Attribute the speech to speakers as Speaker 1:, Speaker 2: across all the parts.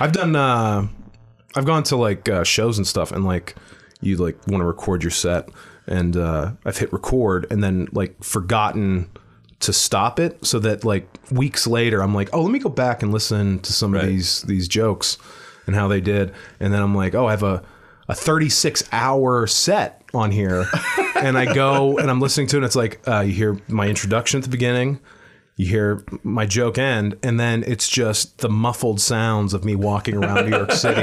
Speaker 1: I've done. Uh, I've gone to like uh, shows and stuff, and like you like want to record your set, and uh, I've hit record, and then like forgotten to stop it, so that like weeks later, I'm like, oh, let me go back and listen to some of
Speaker 2: Right.
Speaker 1: these these jokes and how they did, and then I'm like, oh, I have a a 36 hour set on here, and I go and I'm listening to it, and it's like uh, you hear my introduction at the beginning you hear my joke end, and then it's just the muffled sounds of me walking around New York City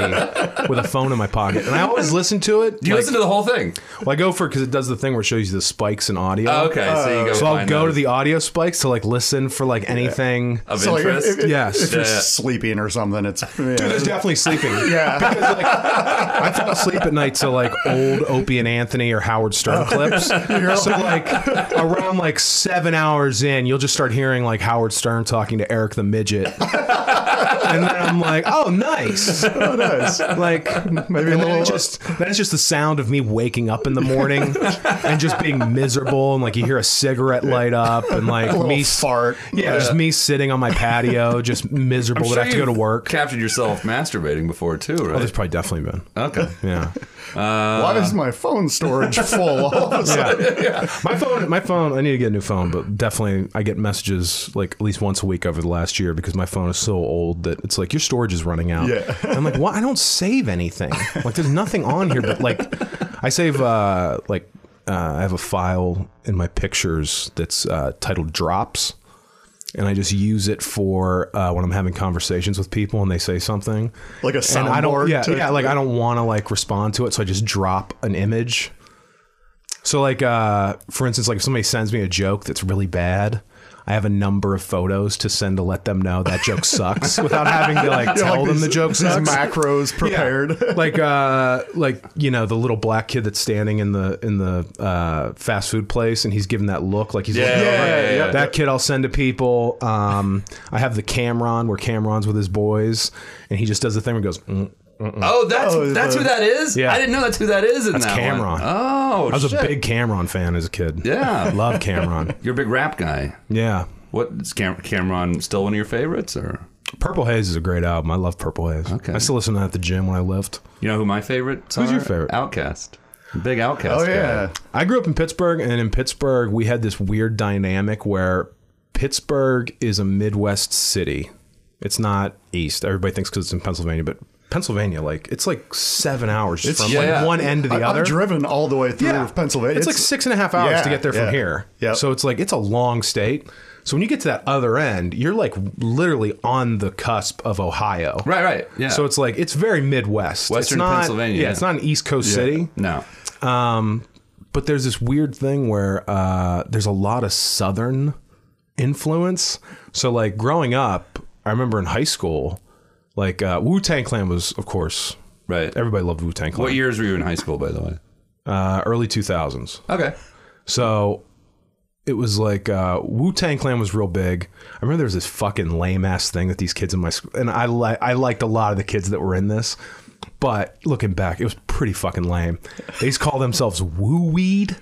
Speaker 1: with a phone in my pocket. And I always listen to it.
Speaker 2: Do you listen to the whole thing?
Speaker 1: well, I go for because it does the thing where it shows you the spikes in audio.
Speaker 2: Oh, Okay, so you go.
Speaker 1: Oh, So I'll
Speaker 2: find
Speaker 1: go to
Speaker 2: those
Speaker 1: the audio spikes to like listen for like anything.
Speaker 2: of
Speaker 3: So like, if,
Speaker 2: interest.
Speaker 3: if,
Speaker 1: Yes.
Speaker 3: if you're
Speaker 2: Yeah, yeah.
Speaker 3: sleeping or something, it's yeah.
Speaker 1: Dude, it's definitely sleeping.
Speaker 3: yeah.
Speaker 1: I fall asleep at night to like old Opie and Anthony or Howard
Speaker 3: Oh.
Speaker 1: Stern clips. So like around like seven hours in, you'll just start hearing like Howard Stern talking to Eric the Midget. And then I'm like, oh, nice.
Speaker 3: Oh, nice.
Speaker 1: Like maybe
Speaker 3: a
Speaker 1: and then
Speaker 3: little-
Speaker 1: it just then it's just the sound of me waking up in the morning and just being miserable and like you hear a cigarette light up and like
Speaker 3: little
Speaker 1: me
Speaker 3: fart.
Speaker 1: Yeah, just me sitting on my patio, just miserable
Speaker 2: I'm
Speaker 1: that I have to
Speaker 2: sure
Speaker 1: go to
Speaker 2: you've
Speaker 1: work.
Speaker 2: Captured yourself masturbating before too,
Speaker 1: Oh, there's
Speaker 2: right?
Speaker 1: probably definitely been.
Speaker 2: okay.
Speaker 1: Yeah.
Speaker 3: Why is my phone storage full all of a sudden?
Speaker 1: My phone, my phone. I need to get a new phone, but definitely I get messages like at least once a week over the last year because my phone is so old that it's like your storage is running out.
Speaker 3: Yeah.
Speaker 1: I'm like, what? I don't save anything. Like, there's nothing on here, but like, I save uh, like uh, I have a file in my pictures that's uh, titled drops. And I just use it for uh, when I'm having conversations with people and they say something.
Speaker 3: Like a
Speaker 1: And I
Speaker 3: soundboard
Speaker 1: don't, yeah,
Speaker 3: to-
Speaker 1: yeah, like I don't want to like respond to it, so I just drop an image. So like, uh, for instance, like if somebody sends me a joke that's really bad, I have a number of photos to send to let them know that joke sucks without having to like
Speaker 3: Yeah,
Speaker 1: tell
Speaker 3: like
Speaker 1: them the
Speaker 3: these-
Speaker 1: joke
Speaker 3: these
Speaker 1: sucks.
Speaker 3: macros prepared.
Speaker 1: like uh like you know the little black kid that's standing in the in the uh fast food place and he's giving that look like he's
Speaker 2: Yeah,
Speaker 1: looking
Speaker 2: yeah,
Speaker 1: over.
Speaker 2: yeah, yeah.
Speaker 1: that kid I'll send to people um I have the Cameron where Cameron's with his boys and he just does the thing where he goes mm.
Speaker 2: Oh, that's
Speaker 3: Oh,
Speaker 2: that's who
Speaker 3: the-
Speaker 2: that is.
Speaker 1: Yeah.
Speaker 2: I didn't know that's who that is in
Speaker 1: That's
Speaker 2: that one.
Speaker 1: Cameron. I
Speaker 2: Oh,
Speaker 1: was
Speaker 2: shit.
Speaker 1: a big Cameron fan as a kid
Speaker 2: Yeah.
Speaker 1: love Cameron
Speaker 2: You're a big rap guy.
Speaker 1: yeah
Speaker 2: What is Cam- Cameron still one of your favorites, or
Speaker 1: Purple Haze is a great album I love Purple Haze
Speaker 2: Okay.
Speaker 1: I still listen to that at the gym when I lift
Speaker 2: you know who my favorites
Speaker 1: Who's
Speaker 2: are?
Speaker 1: your favorite?
Speaker 2: Outcast. Big Outcast.
Speaker 3: Oh yeah.
Speaker 1: I grew up in Pittsburgh, and in Pittsburgh, we had this weird dynamic where Pittsburgh is a Midwest city. It's not East. Everybody thinks because it's in Pennsylvania, but Pennsylvania, like it's like seven hours just
Speaker 3: It's-
Speaker 1: from
Speaker 2: yeah.
Speaker 1: like one end to the
Speaker 3: I,
Speaker 1: other.
Speaker 3: I've driven all the way through
Speaker 1: Yeah.
Speaker 3: Pennsylvania.
Speaker 1: It's, like six and a half hours
Speaker 3: Yeah,
Speaker 1: to get there from
Speaker 3: yeah.
Speaker 1: here.
Speaker 3: Yep.
Speaker 1: So it's like it's a long state. So when you get to that other end, you're like literally on the cusp of Ohio.
Speaker 2: Right, right. Yeah.
Speaker 1: So it's like it's very Midwest. It's
Speaker 2: Western
Speaker 1: not-
Speaker 2: Pennsylvania,
Speaker 1: Yeah,
Speaker 2: yeah.
Speaker 1: it's not an East Coast city
Speaker 2: no.
Speaker 1: but there's this weird thing where uh, there's a lot of southern influence so like growing up i remember in high school like uh, wu-tang clan was of course
Speaker 2: Right.
Speaker 1: everybody loved wu-tang
Speaker 2: What
Speaker 1: clan
Speaker 2: years were you in high school, by the way?
Speaker 1: uh, early 2000s
Speaker 2: Okay.
Speaker 1: so it was like uh, Wu Tang Clan was real big. I remember there was this fucking lame ass thing that these kids in my school and I li- I liked a lot of the kids that were in this, but looking back, it was pretty fucking lame. They used to call themselves Woo Weed.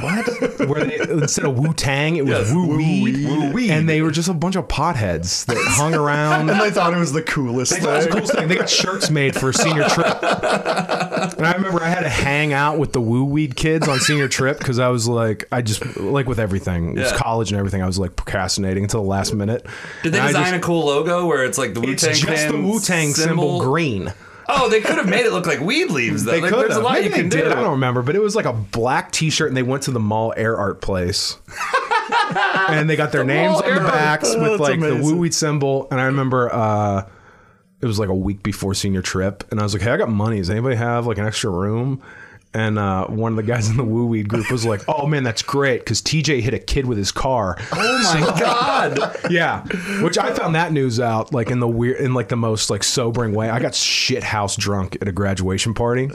Speaker 1: What? Where they, instead of Wu Tang, it was
Speaker 2: Yes,
Speaker 1: Woo Weed.
Speaker 2: Woo Weed.
Speaker 1: And they were just a bunch of potheads that hung around.
Speaker 3: And they thought it was the coolest
Speaker 1: They thought it was
Speaker 3: thing.
Speaker 1: the coolest thing. They got shirts made for a senior trip. And I remember I had to hang out with the woo weed kids on senior trip because I was like, I just like with everything, it was
Speaker 2: Yeah.
Speaker 1: college and everything. I was like procrastinating until the last minute.
Speaker 2: Did they
Speaker 1: And I
Speaker 2: design
Speaker 1: just-
Speaker 2: a cool logo where it's like the Wu
Speaker 1: It's
Speaker 2: Tang?
Speaker 1: just the Wu Tang symbol green.
Speaker 2: Oh, they could have made it look like weed leaves. Though.
Speaker 1: They
Speaker 2: like,
Speaker 1: could
Speaker 2: There's a
Speaker 1: have.
Speaker 2: lot
Speaker 1: Maybe
Speaker 2: you
Speaker 1: they
Speaker 2: can
Speaker 1: did.
Speaker 2: do.
Speaker 1: I don't remember, but it was like a black T-shirt, and they went to the mall air art place, and they got their names
Speaker 2: mall
Speaker 1: on the
Speaker 2: air art.
Speaker 1: backs
Speaker 3: Oh,
Speaker 1: with
Speaker 3: that's
Speaker 1: like the
Speaker 3: amazing.
Speaker 1: woo weed symbol. And I remember uh, it was like a week before senior trip, and I was like, "Hey, I got money. Does anybody have like an extra room?" And uh, one of the guys in the woo weed group was like, "Oh man, that's great because TJ hit a kid with his car."
Speaker 2: Oh my god.
Speaker 1: yeah, which I found that news out like in the weird, in like the most like sobering way. I got shit house drunk at a graduation party, and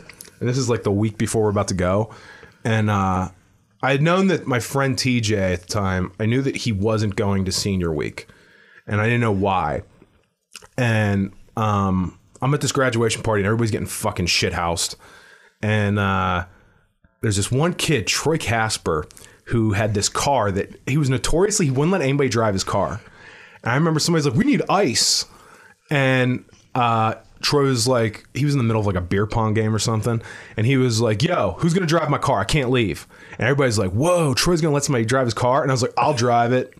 Speaker 1: this is like the week before we're about to go, and uh, I had known that my friend TJ at the time, I knew that he wasn't going to senior week, and I didn't know why, and um, I'm at this graduation party and everybody's getting fucking shit housed, and uh there's this one kid, Troy Casper, who had this car that he was notoriously he wouldn't let anybody drive his car. And I remember somebody's like, "We need ice," and uh, Troy was like, he was in the middle of like a beer pong game or something, and he was like, "Yo, who's gonna drive my car? I can't leave." And everybody's like, "Whoa, Troy's gonna let somebody drive his car?" And I was like, "I'll drive it."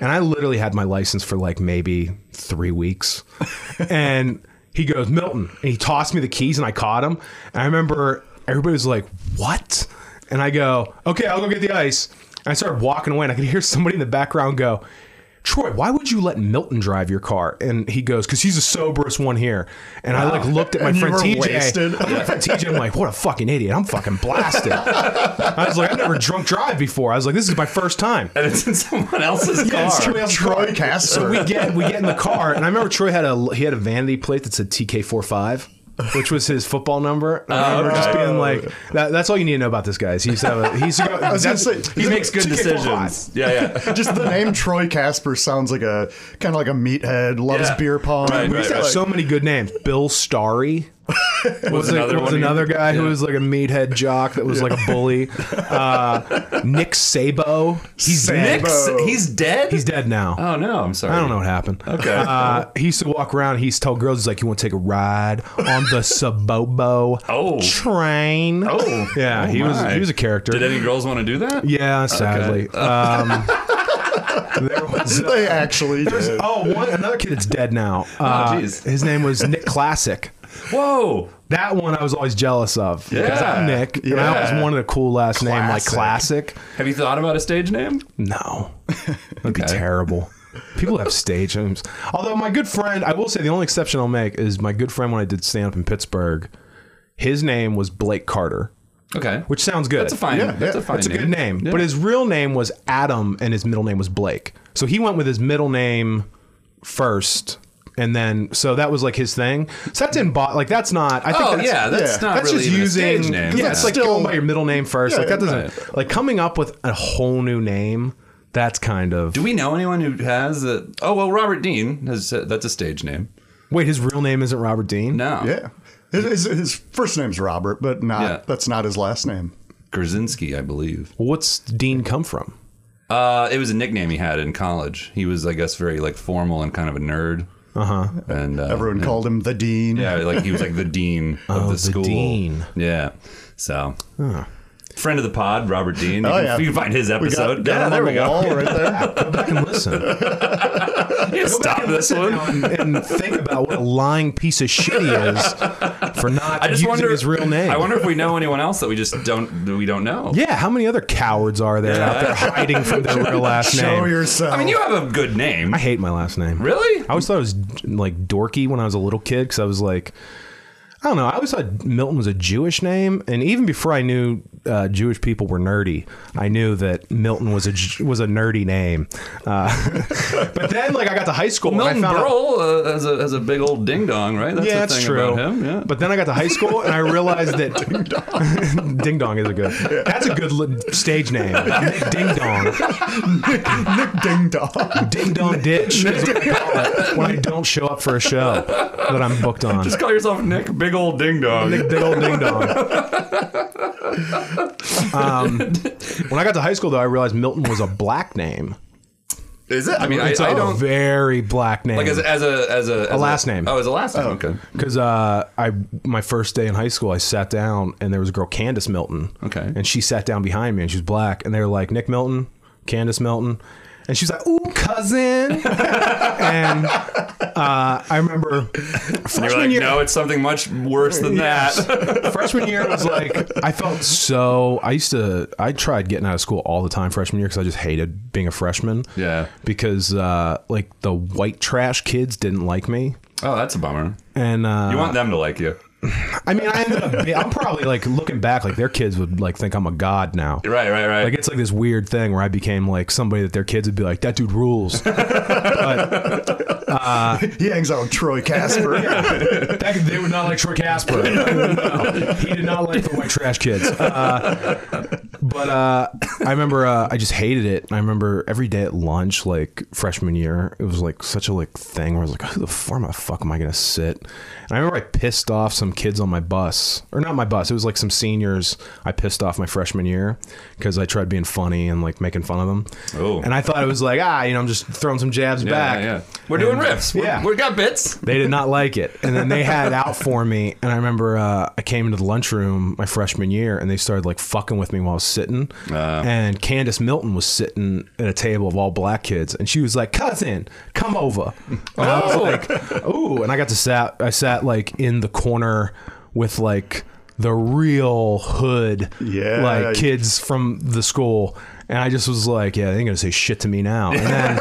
Speaker 1: And I literally had my license for like maybe three weeks, and he goes, "Milton," and he tossed me the keys, and I caught him. And I remember everybody was like, "What?" And I go, "Okay, I'll go get the ice." And I started walking away, and I could hear somebody in the background go, Troy, why would you let Milton drive your car? And he goes, because he's the soberest one here. And I like looked at my
Speaker 3: And you
Speaker 1: friend
Speaker 3: were
Speaker 1: TJ.
Speaker 3: wasted.
Speaker 1: I looked at my friend TJ. I'm like, what a fucking idiot! I'm fucking blasted. I was like, I've never drunk drive before. I was like, this is my first time.
Speaker 2: and it's in someone else's car.
Speaker 3: It's Troy Caster.
Speaker 1: We get we get in the car, and I remember Troy had a he had a vanity plate that said TK45, which was his football number. And I remember just being like, that, that's all you need to know about this guy. Is he's have a, he's I
Speaker 3: was gonna say,
Speaker 2: he makes good decisions. Yeah, yeah.
Speaker 3: Just the name Troy Casper sounds like a kind of like a meathead. Loves
Speaker 2: Yeah.
Speaker 3: beer pong.
Speaker 2: Right,
Speaker 3: We
Speaker 2: right,
Speaker 3: used to
Speaker 2: right.
Speaker 3: have
Speaker 1: so many good names. Bill Starry was, like-
Speaker 2: another
Speaker 1: was
Speaker 2: one.
Speaker 1: another guy who
Speaker 2: Yeah.
Speaker 1: was like a meathead jock that was like a bully. Uh, Nick Sabo, he's dead.
Speaker 3: Sabo.
Speaker 2: Nick's, he's dead.
Speaker 1: He's dead now.
Speaker 2: Oh no, I'm sorry.
Speaker 1: I don't know what happened.
Speaker 2: Okay.
Speaker 1: Uh, he used to walk around. He used to tell girls, he's like, "You want to take a ride on the Sabobo
Speaker 2: Oh.
Speaker 1: train?"
Speaker 2: Oh.
Speaker 1: yeah.
Speaker 2: Oh,
Speaker 1: he was
Speaker 2: my.
Speaker 1: he was a character.
Speaker 2: Did any girls want to do that?
Speaker 1: yeah, sadly. Uh, Um, there was
Speaker 3: like- They actually did.
Speaker 1: oh one another kid that's dead now. Uh,
Speaker 2: jeez.
Speaker 1: his name was Nick Classic.
Speaker 2: Whoa.
Speaker 1: That one I was always jealous of because I'm
Speaker 2: Yeah.
Speaker 1: Nick, and I
Speaker 3: Yeah.
Speaker 1: always wanted a cool last name like
Speaker 3: Classic.
Speaker 1: Classic.
Speaker 2: Have you thought about a stage name?
Speaker 1: No, that'd be terrible. People have stage names. Although my good friend, I will say the only exception I'll make is my good friend when I did stand up in Pittsburgh. His name was Blake Carter,
Speaker 2: Okay.
Speaker 1: which sounds good.
Speaker 2: that's a fine.
Speaker 3: Yeah,
Speaker 2: that's a
Speaker 3: yeah.
Speaker 2: fine.
Speaker 1: It's a
Speaker 2: name.
Speaker 1: good name,
Speaker 2: Yeah.
Speaker 1: but his real name was Adam, and his middle name was Blake. So he went with his middle name first, and then so that was like his thing. So that didn't bother. Like that's not. I think
Speaker 2: Oh
Speaker 1: that's,
Speaker 2: yeah, that's
Speaker 3: yeah.
Speaker 2: not
Speaker 1: that's
Speaker 2: really
Speaker 1: just
Speaker 2: even
Speaker 1: using
Speaker 2: a stage name.
Speaker 1: 'cause
Speaker 2: Yeah.
Speaker 1: that's like
Speaker 3: Still-
Speaker 1: going by your middle name first. like
Speaker 3: Yeah,
Speaker 1: that doesn't like coming up with a whole new name. That's kind of
Speaker 2: do we know anyone who has a? Oh well, Robert Dean has. uh that's a stage name.
Speaker 1: wait. His real name isn't Robert Dean.
Speaker 2: No.
Speaker 3: Yeah. His, his, his first name's Robert, but not
Speaker 2: Yeah.
Speaker 3: that's not his last name.
Speaker 2: Krasinski, I believe.
Speaker 1: What's Dean come from?
Speaker 2: Uh, it was a nickname he had in college. He was, I guess, very like formal and kind of a nerd. Uh-huh. And, uh
Speaker 3: Everyone called him the Dean.
Speaker 2: Yeah, like he was like the dean of the,
Speaker 1: Oh, the
Speaker 2: school.
Speaker 1: dean.
Speaker 2: Yeah. So. Friend of the pod, Robert Dean. You,
Speaker 3: Oh,
Speaker 2: can,
Speaker 3: yeah.
Speaker 2: you can find his
Speaker 3: We got,
Speaker 2: episode.
Speaker 3: got him
Speaker 2: yeah,
Speaker 3: on
Speaker 2: there
Speaker 3: the
Speaker 2: we go.
Speaker 3: wall right there.
Speaker 1: Go back and listen
Speaker 2: Yeah, Stop this one.
Speaker 1: and, and think about what a lying piece of shit he is for not
Speaker 2: I just
Speaker 1: using
Speaker 2: wonder
Speaker 1: his real name.
Speaker 2: I wonder if we know anyone else that we just don't that we don't know.
Speaker 1: Yeah, how many other cowards are there out there hiding from their real last
Speaker 3: Show
Speaker 1: name?
Speaker 3: yourself.
Speaker 2: I mean, you have a good name.
Speaker 1: I hate my last name.
Speaker 2: Really?
Speaker 1: I always thought it was like dorky when I was a little kid because I was like, I don't know. I always thought Milton was a Jewish name, and even before I knew uh, Jewish people were nerdy, I knew that Milton was a J- was a nerdy name. Uh, but then, like, I got to high school,
Speaker 2: Milton
Speaker 1: and I found out-
Speaker 2: Berle uh, has, a, has a big old ding dong, right? That's
Speaker 1: yeah,
Speaker 2: the
Speaker 1: that's
Speaker 2: thing
Speaker 1: true.
Speaker 2: about him. Yeah.
Speaker 1: But then I got to high school and I realized that Ding Dong, Ding Dong is a good. That's a good li- stage name. Nick Ding Dong.
Speaker 3: Nick Ding Dong.
Speaker 1: Ding Dong Ditch is what I call it when I don't show up for a show that I'm booked on.
Speaker 2: just call yourself Nick Big Old Ding Dong.
Speaker 1: Nick Big Old Ding Dong. Um, when I got to high school, though, I realized Milton was a black name.
Speaker 2: Is it? I mean, I,
Speaker 1: It's a
Speaker 2: I don't
Speaker 1: very black name.
Speaker 2: like as, as a as a as a
Speaker 1: last name.
Speaker 2: Oh, as a last name. okay.
Speaker 1: Because uh, I my first day in high school, I sat down and there was a girl, Candace Milton.
Speaker 2: Okay.
Speaker 1: And she sat down behind me and she was black. And they were like, Nick Milton, Candace Milton. And she was like, ooh, cousin. and uh, I remember
Speaker 2: And
Speaker 1: freshman
Speaker 2: you're like,
Speaker 1: year.
Speaker 2: no, it's something much worse than that.
Speaker 1: freshman year was like I felt so I used to I tried getting out of school all the time freshman year because I just hated being a freshman.
Speaker 2: Yeah.
Speaker 1: Because uh, like the white trash kids didn't like me,
Speaker 2: Oh, that's a bummer.
Speaker 1: and uh,
Speaker 2: You want them to like you,
Speaker 1: I mean I ended up I'm probably like looking back like their kids would like think I'm a god now.
Speaker 2: right? Right? Right?
Speaker 1: Like it's like this weird thing where I became like somebody that their kids would be like that dude rules.
Speaker 3: He hangs out with Troy Casper.
Speaker 1: That- they would not like Troy Casper. he did not like the white trash kids. Uh, But uh, I remember uh, I just hated it. I remember every day at lunch, like freshman year, it was like such a like thing where I was like, "Who the fuck am I? Fuck am I gonna sit?" And I remember I pissed off some kids on my bus, or not my bus. It was like some seniors. I pissed off my freshman year because I tried being funny and like making fun of them.
Speaker 2: Oh.
Speaker 1: And I thought it was like, ah, you know, I'm just throwing some jabs back.
Speaker 2: Yeah, yeah. We're doing riffs. We're,
Speaker 1: Yeah.
Speaker 2: we got bits.
Speaker 1: They did not like it. And then they had it out for me. And I remember uh, I came into the lunchroom my freshman year and they started like fucking with me while I was sitting. and Candace Milton was sitting at a table of all black kids. And she was like, cousin, come over. And I was like, ooh. And I got to sat, I sat like in the corner with like the real hood,
Speaker 3: Yeah.
Speaker 1: like kids from the school. And I just was like, yeah, they ain't gonna say shit to me now. And then, and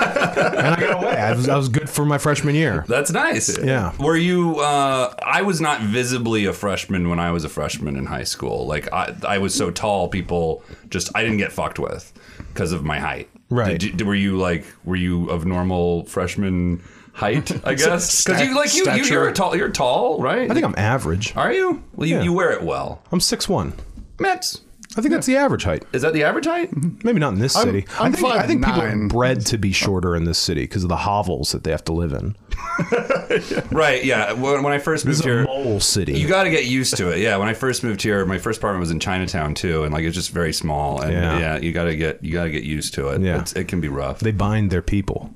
Speaker 1: I got away. I was, I was good for my freshman year.
Speaker 2: That's nice.
Speaker 1: Yeah.
Speaker 2: Were you? Uh, I was not visibly a freshman when I was a freshman in high school. Like I, I was so tall, people just I didn't get fucked with because of my height.
Speaker 1: Right.
Speaker 2: Did, you- were you like? Were you of normal freshman height? I guess because you like you, you
Speaker 3: Stature.
Speaker 2: you're a tall. You're tall, right?
Speaker 1: I think I'm average.
Speaker 2: Are you? Well, you,
Speaker 1: Yeah.
Speaker 2: you wear it well.
Speaker 1: I'm six one.
Speaker 2: Mets.
Speaker 1: I think that's the average height.
Speaker 2: Is that the average height?
Speaker 1: Maybe not in this city.
Speaker 3: I'm
Speaker 1: I think, I think people are
Speaker 3: 5'9".
Speaker 1: bred to be shorter in this city because of the hovels that they have to live in.
Speaker 2: right. Yeah. When, when I first
Speaker 1: It's
Speaker 2: moved
Speaker 1: a
Speaker 2: here,
Speaker 1: mole city.
Speaker 2: You got to get used to it. Yeah, when I first moved here, my first apartment was in Chinatown too, and like it's just very small. And yeah,
Speaker 1: Yeah.
Speaker 2: you got to get you got to get used to it.
Speaker 1: Yeah.
Speaker 2: It's, it can be rough.
Speaker 1: they bind their people,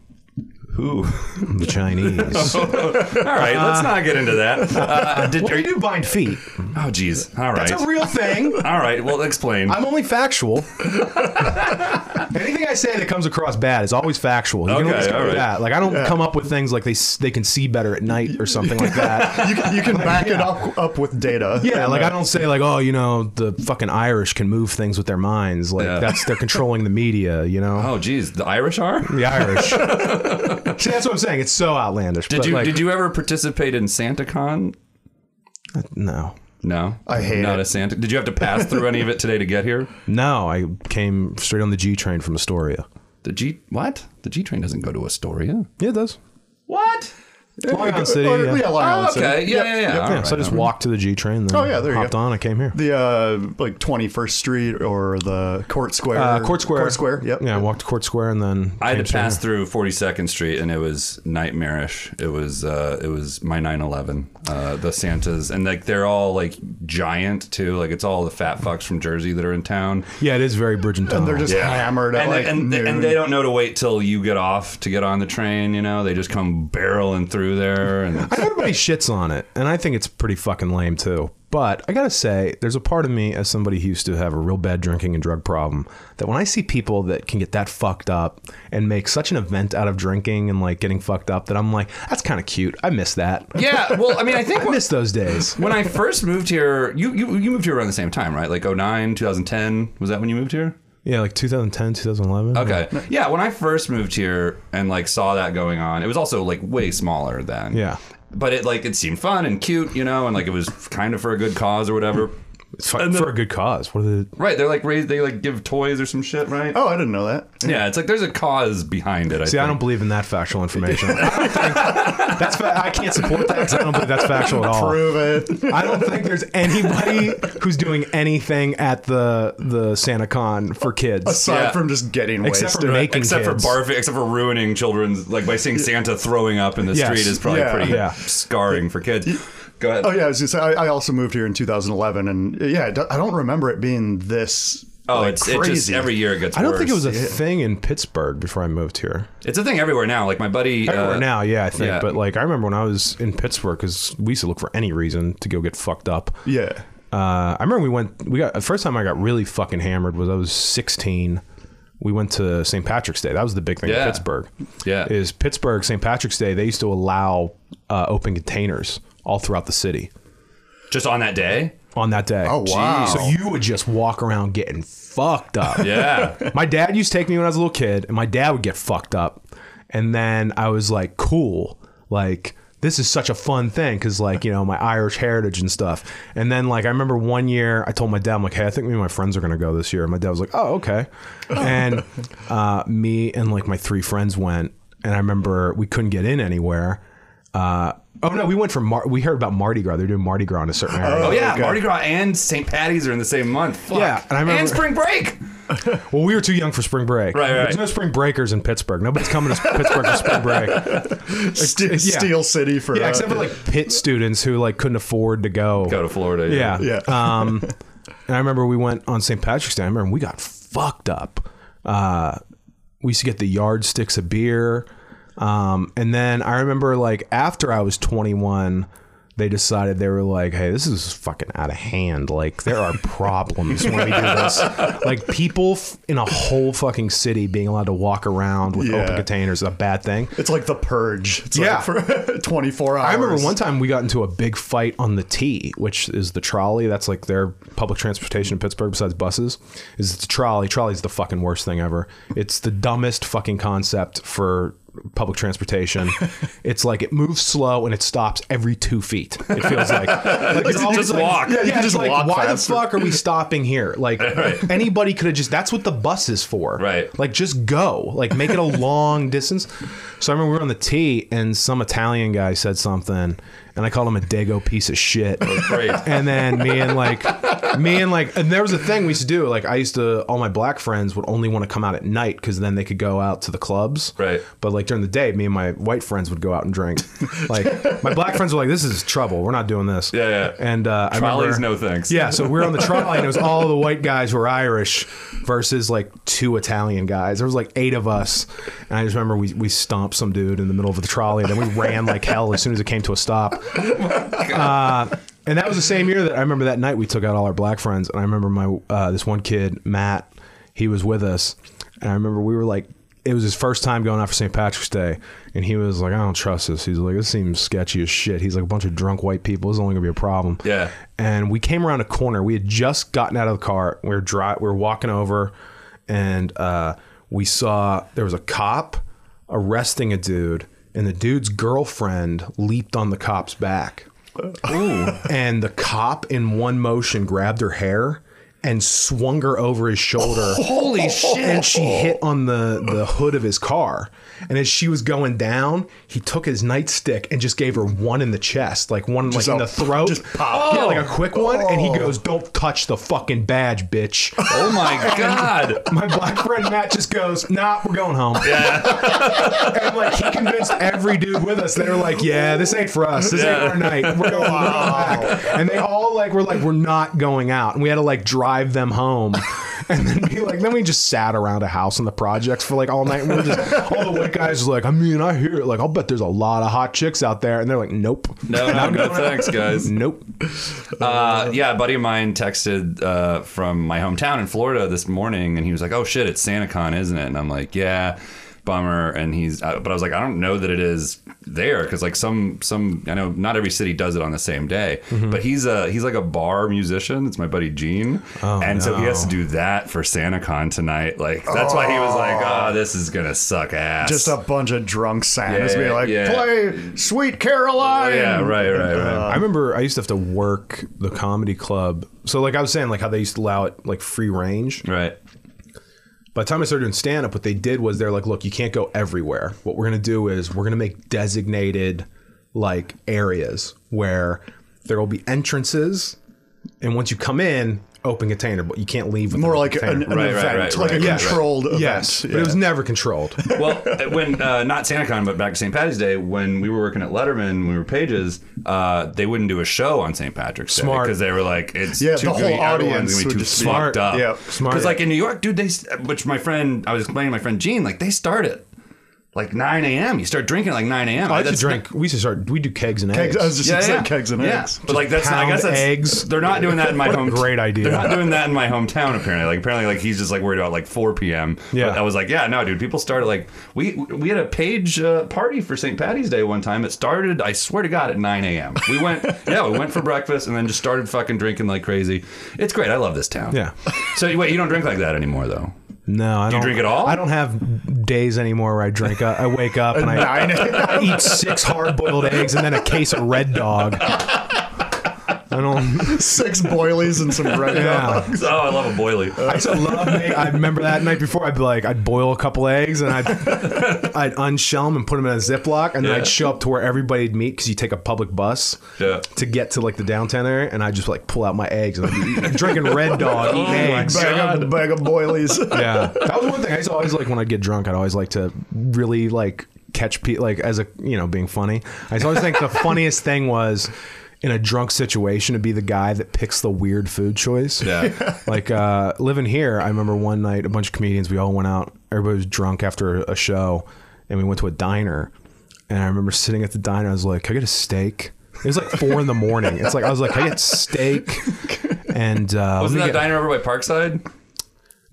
Speaker 2: Who?
Speaker 1: the Chinese.
Speaker 2: All right, let's not get into that. Uh, did, are you,
Speaker 1: do bind feet.
Speaker 2: oh, geez. All right.
Speaker 1: It's a real thing.
Speaker 2: All right. Well, explain.
Speaker 1: I'm only factual. Anything I say that comes across bad is always factual. You
Speaker 2: Okay,
Speaker 1: can always
Speaker 2: all
Speaker 1: go with
Speaker 2: right.
Speaker 1: that. Like I don't come up with things like they s- they can see better at night or something like that.
Speaker 3: You can, you can back it up up with data. uh,
Speaker 1: Yeah, like I don't say like, oh, you know, the fucking Irish can move things with their minds. Like
Speaker 2: Yeah.
Speaker 1: that's they're controlling the media, you know.
Speaker 2: oh, geez. The Irish are.
Speaker 1: The Irish. See, that's what I'm saying. It's so outlandish.
Speaker 2: Did you did you ever participate in SantaCon?
Speaker 1: No,
Speaker 2: No, I
Speaker 3: hate
Speaker 2: not
Speaker 3: it.
Speaker 2: a Santa. Did you have to pass through any of it today to get here?
Speaker 1: no. I came straight on the G train from Astoria.
Speaker 2: The G what? The G train doesn't go to Astoria.
Speaker 1: Yeah, it does.
Speaker 2: What?
Speaker 1: Long Island City.
Speaker 3: Or-
Speaker 1: yeah.
Speaker 3: yeah, Long
Speaker 2: Oh,
Speaker 3: Island City.
Speaker 2: okay. Yeah, yeah, yeah. All
Speaker 1: Yeah,
Speaker 2: right,
Speaker 1: so I just
Speaker 2: all right.
Speaker 1: walked to the G train. Then
Speaker 3: Oh, yeah, there you
Speaker 1: hopped
Speaker 3: go.
Speaker 1: on. I came here.
Speaker 3: The uh, like 21st Street or the Court Square.
Speaker 1: Uh, Court Square.
Speaker 3: Court Square. Yep.
Speaker 1: Yeah, I walked to Court Square and then
Speaker 2: I had
Speaker 1: came
Speaker 2: to
Speaker 1: straight
Speaker 2: pass
Speaker 1: here.
Speaker 2: through 42nd Street, and it was nightmarish. It was uh, it was my 911, uh, the Santas, and like they're all like giant too. Like it's all the fat fucks from Jersey that are in town,
Speaker 1: Yeah, it is very Bridgetown.
Speaker 3: They're just hammered at
Speaker 2: and
Speaker 3: like
Speaker 2: and,
Speaker 3: noon.
Speaker 2: and they don't know to wait till you get off to get on the train. You know, they just come barreling through there, and
Speaker 1: I know everybody shits on it, and I think it's pretty fucking lame too. But I gotta say, there's a part of me, as somebody who used to have a real bad drinking and drug problem, that when I see people that can get that fucked up and make such an event out of drinking and like getting fucked up, that I'm like, that's kind of cute. I miss that.
Speaker 2: yeah. Well, I mean, I think
Speaker 1: I miss those days.
Speaker 2: when I first moved here, you, you you moved here around the same time, right? Like 09, 2010. Was that when you moved here?
Speaker 1: Yeah, like 2010, 2011.
Speaker 2: Okay. Yeah, when I first moved here and like saw that going on, it was also like way smaller then.
Speaker 1: Yeah.
Speaker 2: But it like it seemed fun and cute, you know, and like it was kind of for a good cause or whatever.
Speaker 1: It's fu- for a good cause. What are the
Speaker 2: Right, they're like raised, they like give toys or some shit, right?
Speaker 3: oh, I didn't know that.
Speaker 2: Yeah, it's like there's a cause behind it. I
Speaker 1: See,
Speaker 2: think.
Speaker 1: I don't believe in that factual information. I don't think that's fa- I can't support that 'cause I don't believe that's factual at all.
Speaker 3: Prove it.
Speaker 1: I don't think there's anybody who's doing anything at the the SantaCon for kids.
Speaker 3: Aside
Speaker 2: Yeah.
Speaker 3: from just getting
Speaker 1: Except for
Speaker 3: wasted.
Speaker 1: making
Speaker 2: except
Speaker 1: kids.
Speaker 2: for barfing, except for ruining children's like by seeing Santa throwing up in the
Speaker 1: Yes.
Speaker 2: street is probably
Speaker 3: Yeah.
Speaker 2: pretty
Speaker 1: Yeah.
Speaker 2: scarring for kids. Go ahead.
Speaker 3: Oh yeah, I was just I, I also moved here in 2011, and uh, yeah, I don't- I don't remember it being this.
Speaker 2: Oh,
Speaker 3: like,
Speaker 2: it's
Speaker 3: crazy.
Speaker 2: it just every year it gets.
Speaker 1: I don't think it was
Speaker 2: worse.
Speaker 1: a thing in Pittsburgh before I moved here.
Speaker 2: It's a thing everywhere now. Like my buddy.
Speaker 1: Everywhere
Speaker 2: uh,
Speaker 1: now, yeah, I think.
Speaker 2: yeah.
Speaker 1: But like, I remember when I was in Pittsburgh because we used to look for any reason to go get fucked up.
Speaker 3: Yeah.
Speaker 1: Uh, I remember we went. We got the first time I got really fucking hammered was I was 16. We went to St. Patrick's Day. That was the big thing
Speaker 2: Yeah.
Speaker 1: in Pittsburgh.
Speaker 2: Yeah.
Speaker 1: is Pittsburgh St. Patrick's Day? They used to allow uh, open containers all throughout the city
Speaker 2: Just on that day.
Speaker 1: on that day.
Speaker 3: Oh wow.
Speaker 1: So you would just walk around getting fucked up.
Speaker 2: Yeah.
Speaker 1: My dad used to take me when I was a little kid, and my dad would get fucked up. And then I was like, cool. Like, this is such a fun thing because, like, you know, my Irish heritage and stuff. And then, like, I remember one year I told my dad, I'm like, hey, I think me and my friends are going to go this year. And my dad was like, oh, okay. And uh, me and, like, my three friends went. And I remember we couldn't get in anywhere. Uh, oh no, we went from Mar- we heard about Mardi Gras. They're doing Mardi Gras in a certain area.
Speaker 2: Oh yeah,
Speaker 3: okay.
Speaker 2: Mardi Gras and St. Patty's are in the same month. Fuck.
Speaker 1: Yeah, and I remember-
Speaker 2: spring break.
Speaker 1: Well, we were too young for spring break.
Speaker 2: Right, right,
Speaker 1: There's
Speaker 2: right.
Speaker 1: no spring breakers in Pittsburgh. Nobody's coming to Pittsburgh for spring break.
Speaker 3: Ste-
Speaker 1: yeah.
Speaker 3: Steel City for
Speaker 1: Yeah,
Speaker 3: uh,
Speaker 1: except for like Pitt students who like couldn't afford to go.
Speaker 2: Go to Florida.
Speaker 1: Yeah.
Speaker 3: yeah.
Speaker 1: Um, and I remember we went on St. Patrick's Day. I remember we got fucked up. Uh, we used to get the yardsticks of beer. Um, and then I remember like after I was 21, they decided they were like, hey, this is fucking out of hand. Like there are problems when we do this. Like people f- in a whole fucking city being allowed to walk around with open
Speaker 3: Yeah.
Speaker 1: containers is a bad thing.
Speaker 3: it's like the purge. It's
Speaker 1: Yeah.
Speaker 3: like for 24 hours.
Speaker 1: I remember one time we got into a big fight on the T, which is the trolley. That's like their public transportation in Pittsburgh besides buses. Is it's a trolley. Trolley's the fucking worst thing ever. It's the dumbest fucking concept for public transportation. it's like it moves slow and it stops every two feet. It feels like, Like, it's all
Speaker 2: just
Speaker 1: these, like-
Speaker 2: walk.
Speaker 1: Yeah,
Speaker 3: You
Speaker 1: yeah
Speaker 3: can
Speaker 1: just
Speaker 3: just
Speaker 1: like
Speaker 3: walk
Speaker 1: why
Speaker 3: faster.
Speaker 1: the fuck are we stopping here? Like anybody could have just. That's what the bus is for.
Speaker 2: Right.
Speaker 1: Like just go. Like make it a long distance. So I remember we were on the T and some Italian guy said something and I called him a Dago piece of shit.
Speaker 2: Great.
Speaker 1: And then me and like me and like and there was a thing we used to do. Like I used to all my black friends would only want to come out at night because then they could go out to the clubs.
Speaker 2: Right.
Speaker 1: But like during the day, me and my white friends would go out and drink. Like my black friends were like, This is trouble. We're not doing this.
Speaker 2: Yeah, yeah.
Speaker 1: And uh I remember
Speaker 2: Trolley's no thanks.
Speaker 1: Yeah, so we were on the trolley and it was all the white guys who were Irish versus like two Italian guys. There was like eight of us. And I just remember we, we stomped some dude in the middle of the trolley and then we ran like hell as soon as it came to a stop. And that was the same year that I remember that night we took out all our black friends. And I remember my uh, this one kid, Matt, he was with us. And I remember we were like, it was his first time going out for St. Patrick's Day. And he was like, I don't trust this. He's like, this seems sketchy as shit. He's like, a bunch of drunk white people. This is only going to be a problem.
Speaker 2: Yeah.
Speaker 1: And we came around a corner. We had just gotten out of the car. We were, dry, we were walking over. And uh, we saw there was a cop arresting a dude. And the dude's girlfriend leaped on the cop's back and the cop in one motion grabbed her hair and swung her over his shoulder. Holy shit! And she hit on the the hood of his car. And as she was going down, he took his nightstick and just gave her one in the chest, like one like in
Speaker 3: a-
Speaker 1: the throat,
Speaker 3: just pop. Oh.
Speaker 1: yeah, like a quick one. And he goes, "Don't touch the fucking badge, bitch."
Speaker 2: Oh my god.
Speaker 1: My black friend Matt just goes, "Nah, we're going home." Yeah. and like he convinced every dude with us. They were like, "Yeah, this ain't for us. This ain't our night. We're going back." And they all like were like, "We're not going out." And we had to like drive them home. And then be like, then we just sat around a house in the projects for like all night. And we were just all the white guys were like, I mean, I hear it. Like, I'll bet there's a lot of hot chicks out there. And they're like, nope,
Speaker 2: No, no, no thanks, guys.
Speaker 1: nope.
Speaker 2: Uh, yeah, a buddy of mine texted uh, from my hometown in Florida this morning, and he was like, "Oh shit, it's SantaCon, isn't it?" And I'm like, "Yeah." Bummer, and he's. Uh, but I was like, I don't know that it is there because like some some I know not every city does it on the same day. But he's a he's like a bar musician. It's my buddy Gene, and so he has to do that for SantaCon tonight. Like that's why he was like, oh, this is gonna suck ass.
Speaker 3: Just a bunch of drunk Santas
Speaker 2: Yeah,
Speaker 3: being like,
Speaker 2: yeah.
Speaker 3: play Sweet Caroline.
Speaker 2: Oh, yeah, right, right, right.
Speaker 1: I remember I used to have to work the comedy club. So like I was saying, like how they used to allow it like free range.
Speaker 2: Right.
Speaker 1: By the time I started doing stand up, what they did was they're like, look, you can't go everywhere. What we're gonna do is we're gonna make designated like areas where there will be entrances, and once you come in, open container, but you can't leave. With
Speaker 3: More
Speaker 1: an
Speaker 3: like
Speaker 1: open
Speaker 3: an,
Speaker 1: container.
Speaker 3: an
Speaker 2: Right, right,
Speaker 3: event,
Speaker 2: right,
Speaker 3: like
Speaker 2: right,
Speaker 3: a
Speaker 2: right.
Speaker 3: controlled event.
Speaker 1: yes, but
Speaker 3: Yeah.
Speaker 1: it was never controlled.
Speaker 2: well, when uh, not SantaCon, but back to St. Patty's Day, when we were working at Letterman, when we were pages, uh, they wouldn't do a show on St. Patrick's Day
Speaker 1: Smart.
Speaker 2: because they were like, it's
Speaker 3: Yeah,
Speaker 2: too
Speaker 3: the whole
Speaker 2: gooey, everyone's
Speaker 3: audience
Speaker 2: gonna be
Speaker 3: would
Speaker 2: too
Speaker 3: just be-
Speaker 2: fucked
Speaker 1: Smart.
Speaker 2: up.
Speaker 3: Yeah,
Speaker 1: smart.
Speaker 2: Because like in New York, dude, they which my friend I was explaining to my friend Gene, like they start at like 9 a.m. You start drinking at like 9 a.m.
Speaker 1: Oh, I used to
Speaker 2: That's-
Speaker 1: drink. We used to start. We do kegs and
Speaker 3: Kegs-
Speaker 1: eggs.
Speaker 3: I was just
Speaker 2: yeah,
Speaker 3: gonna say
Speaker 2: yeah.
Speaker 3: kegs and
Speaker 2: yeah.
Speaker 3: eggs.
Speaker 2: But like that's I
Speaker 1: Pound
Speaker 2: guess that's,
Speaker 1: eggs.
Speaker 2: They're not doing that in my
Speaker 1: What a
Speaker 2: home.
Speaker 1: great idea.
Speaker 2: They're not doing that in my hometown apparently. Like apparently like he's just like worried about like 4 p.m.
Speaker 1: Yeah.
Speaker 2: But I was like, yeah, no, dude. People started like we we had a page uh, party for St. Patty's Day one time. It started, I swear to God, at 9 a.m. We went, yeah, we went for breakfast and then just started fucking drinking like crazy. It's great. I love this town.
Speaker 1: Yeah.
Speaker 2: So wait, you don't drink like that anymore though.
Speaker 1: No, I do not
Speaker 2: drink at all?
Speaker 1: I don't have days anymore where I drink. I, I wake up and I,
Speaker 3: Nine.
Speaker 1: I eat six hard boiled eggs and then a case of Red Dog. I I don't.
Speaker 3: Six boilies and some red
Speaker 1: Yeah.
Speaker 2: Oh, I love a boilie.
Speaker 1: I used to love. egg- I remember that night before. I'd be like, I'd boil a couple eggs and I'd I'd unshell them and put them in a Ziploc, and then
Speaker 2: Yeah.
Speaker 1: I'd show up to where everybody'd meet because you take a public bus
Speaker 2: Yeah.
Speaker 1: to get to like the downtown area, and I just like pull out my eggs and I'd be eating- drinking Red Dog,
Speaker 2: Oh
Speaker 1: eating eggs.
Speaker 3: Bag of, bag of boilies.
Speaker 1: Oh Yeah, that was one thing. I used to always like when I'd get drunk. I'd always like to really like catch people like as a you know being funny. I used to always think the funniest thing was in a drunk situation to be the guy that picks the weird food choice.
Speaker 2: Yeah.
Speaker 1: like uh, living here. I remember one night a bunch of comedians. We all went out. Everybody was drunk after a show, and we went to a diner. And I remember sitting at the diner. I was like, "Can I get a steak?" It was like four in the morning. It's like I was like, "Can I get steak?" And uh,
Speaker 2: Wasn't
Speaker 1: let me
Speaker 2: that
Speaker 1: get-
Speaker 2: diner over by Parkside?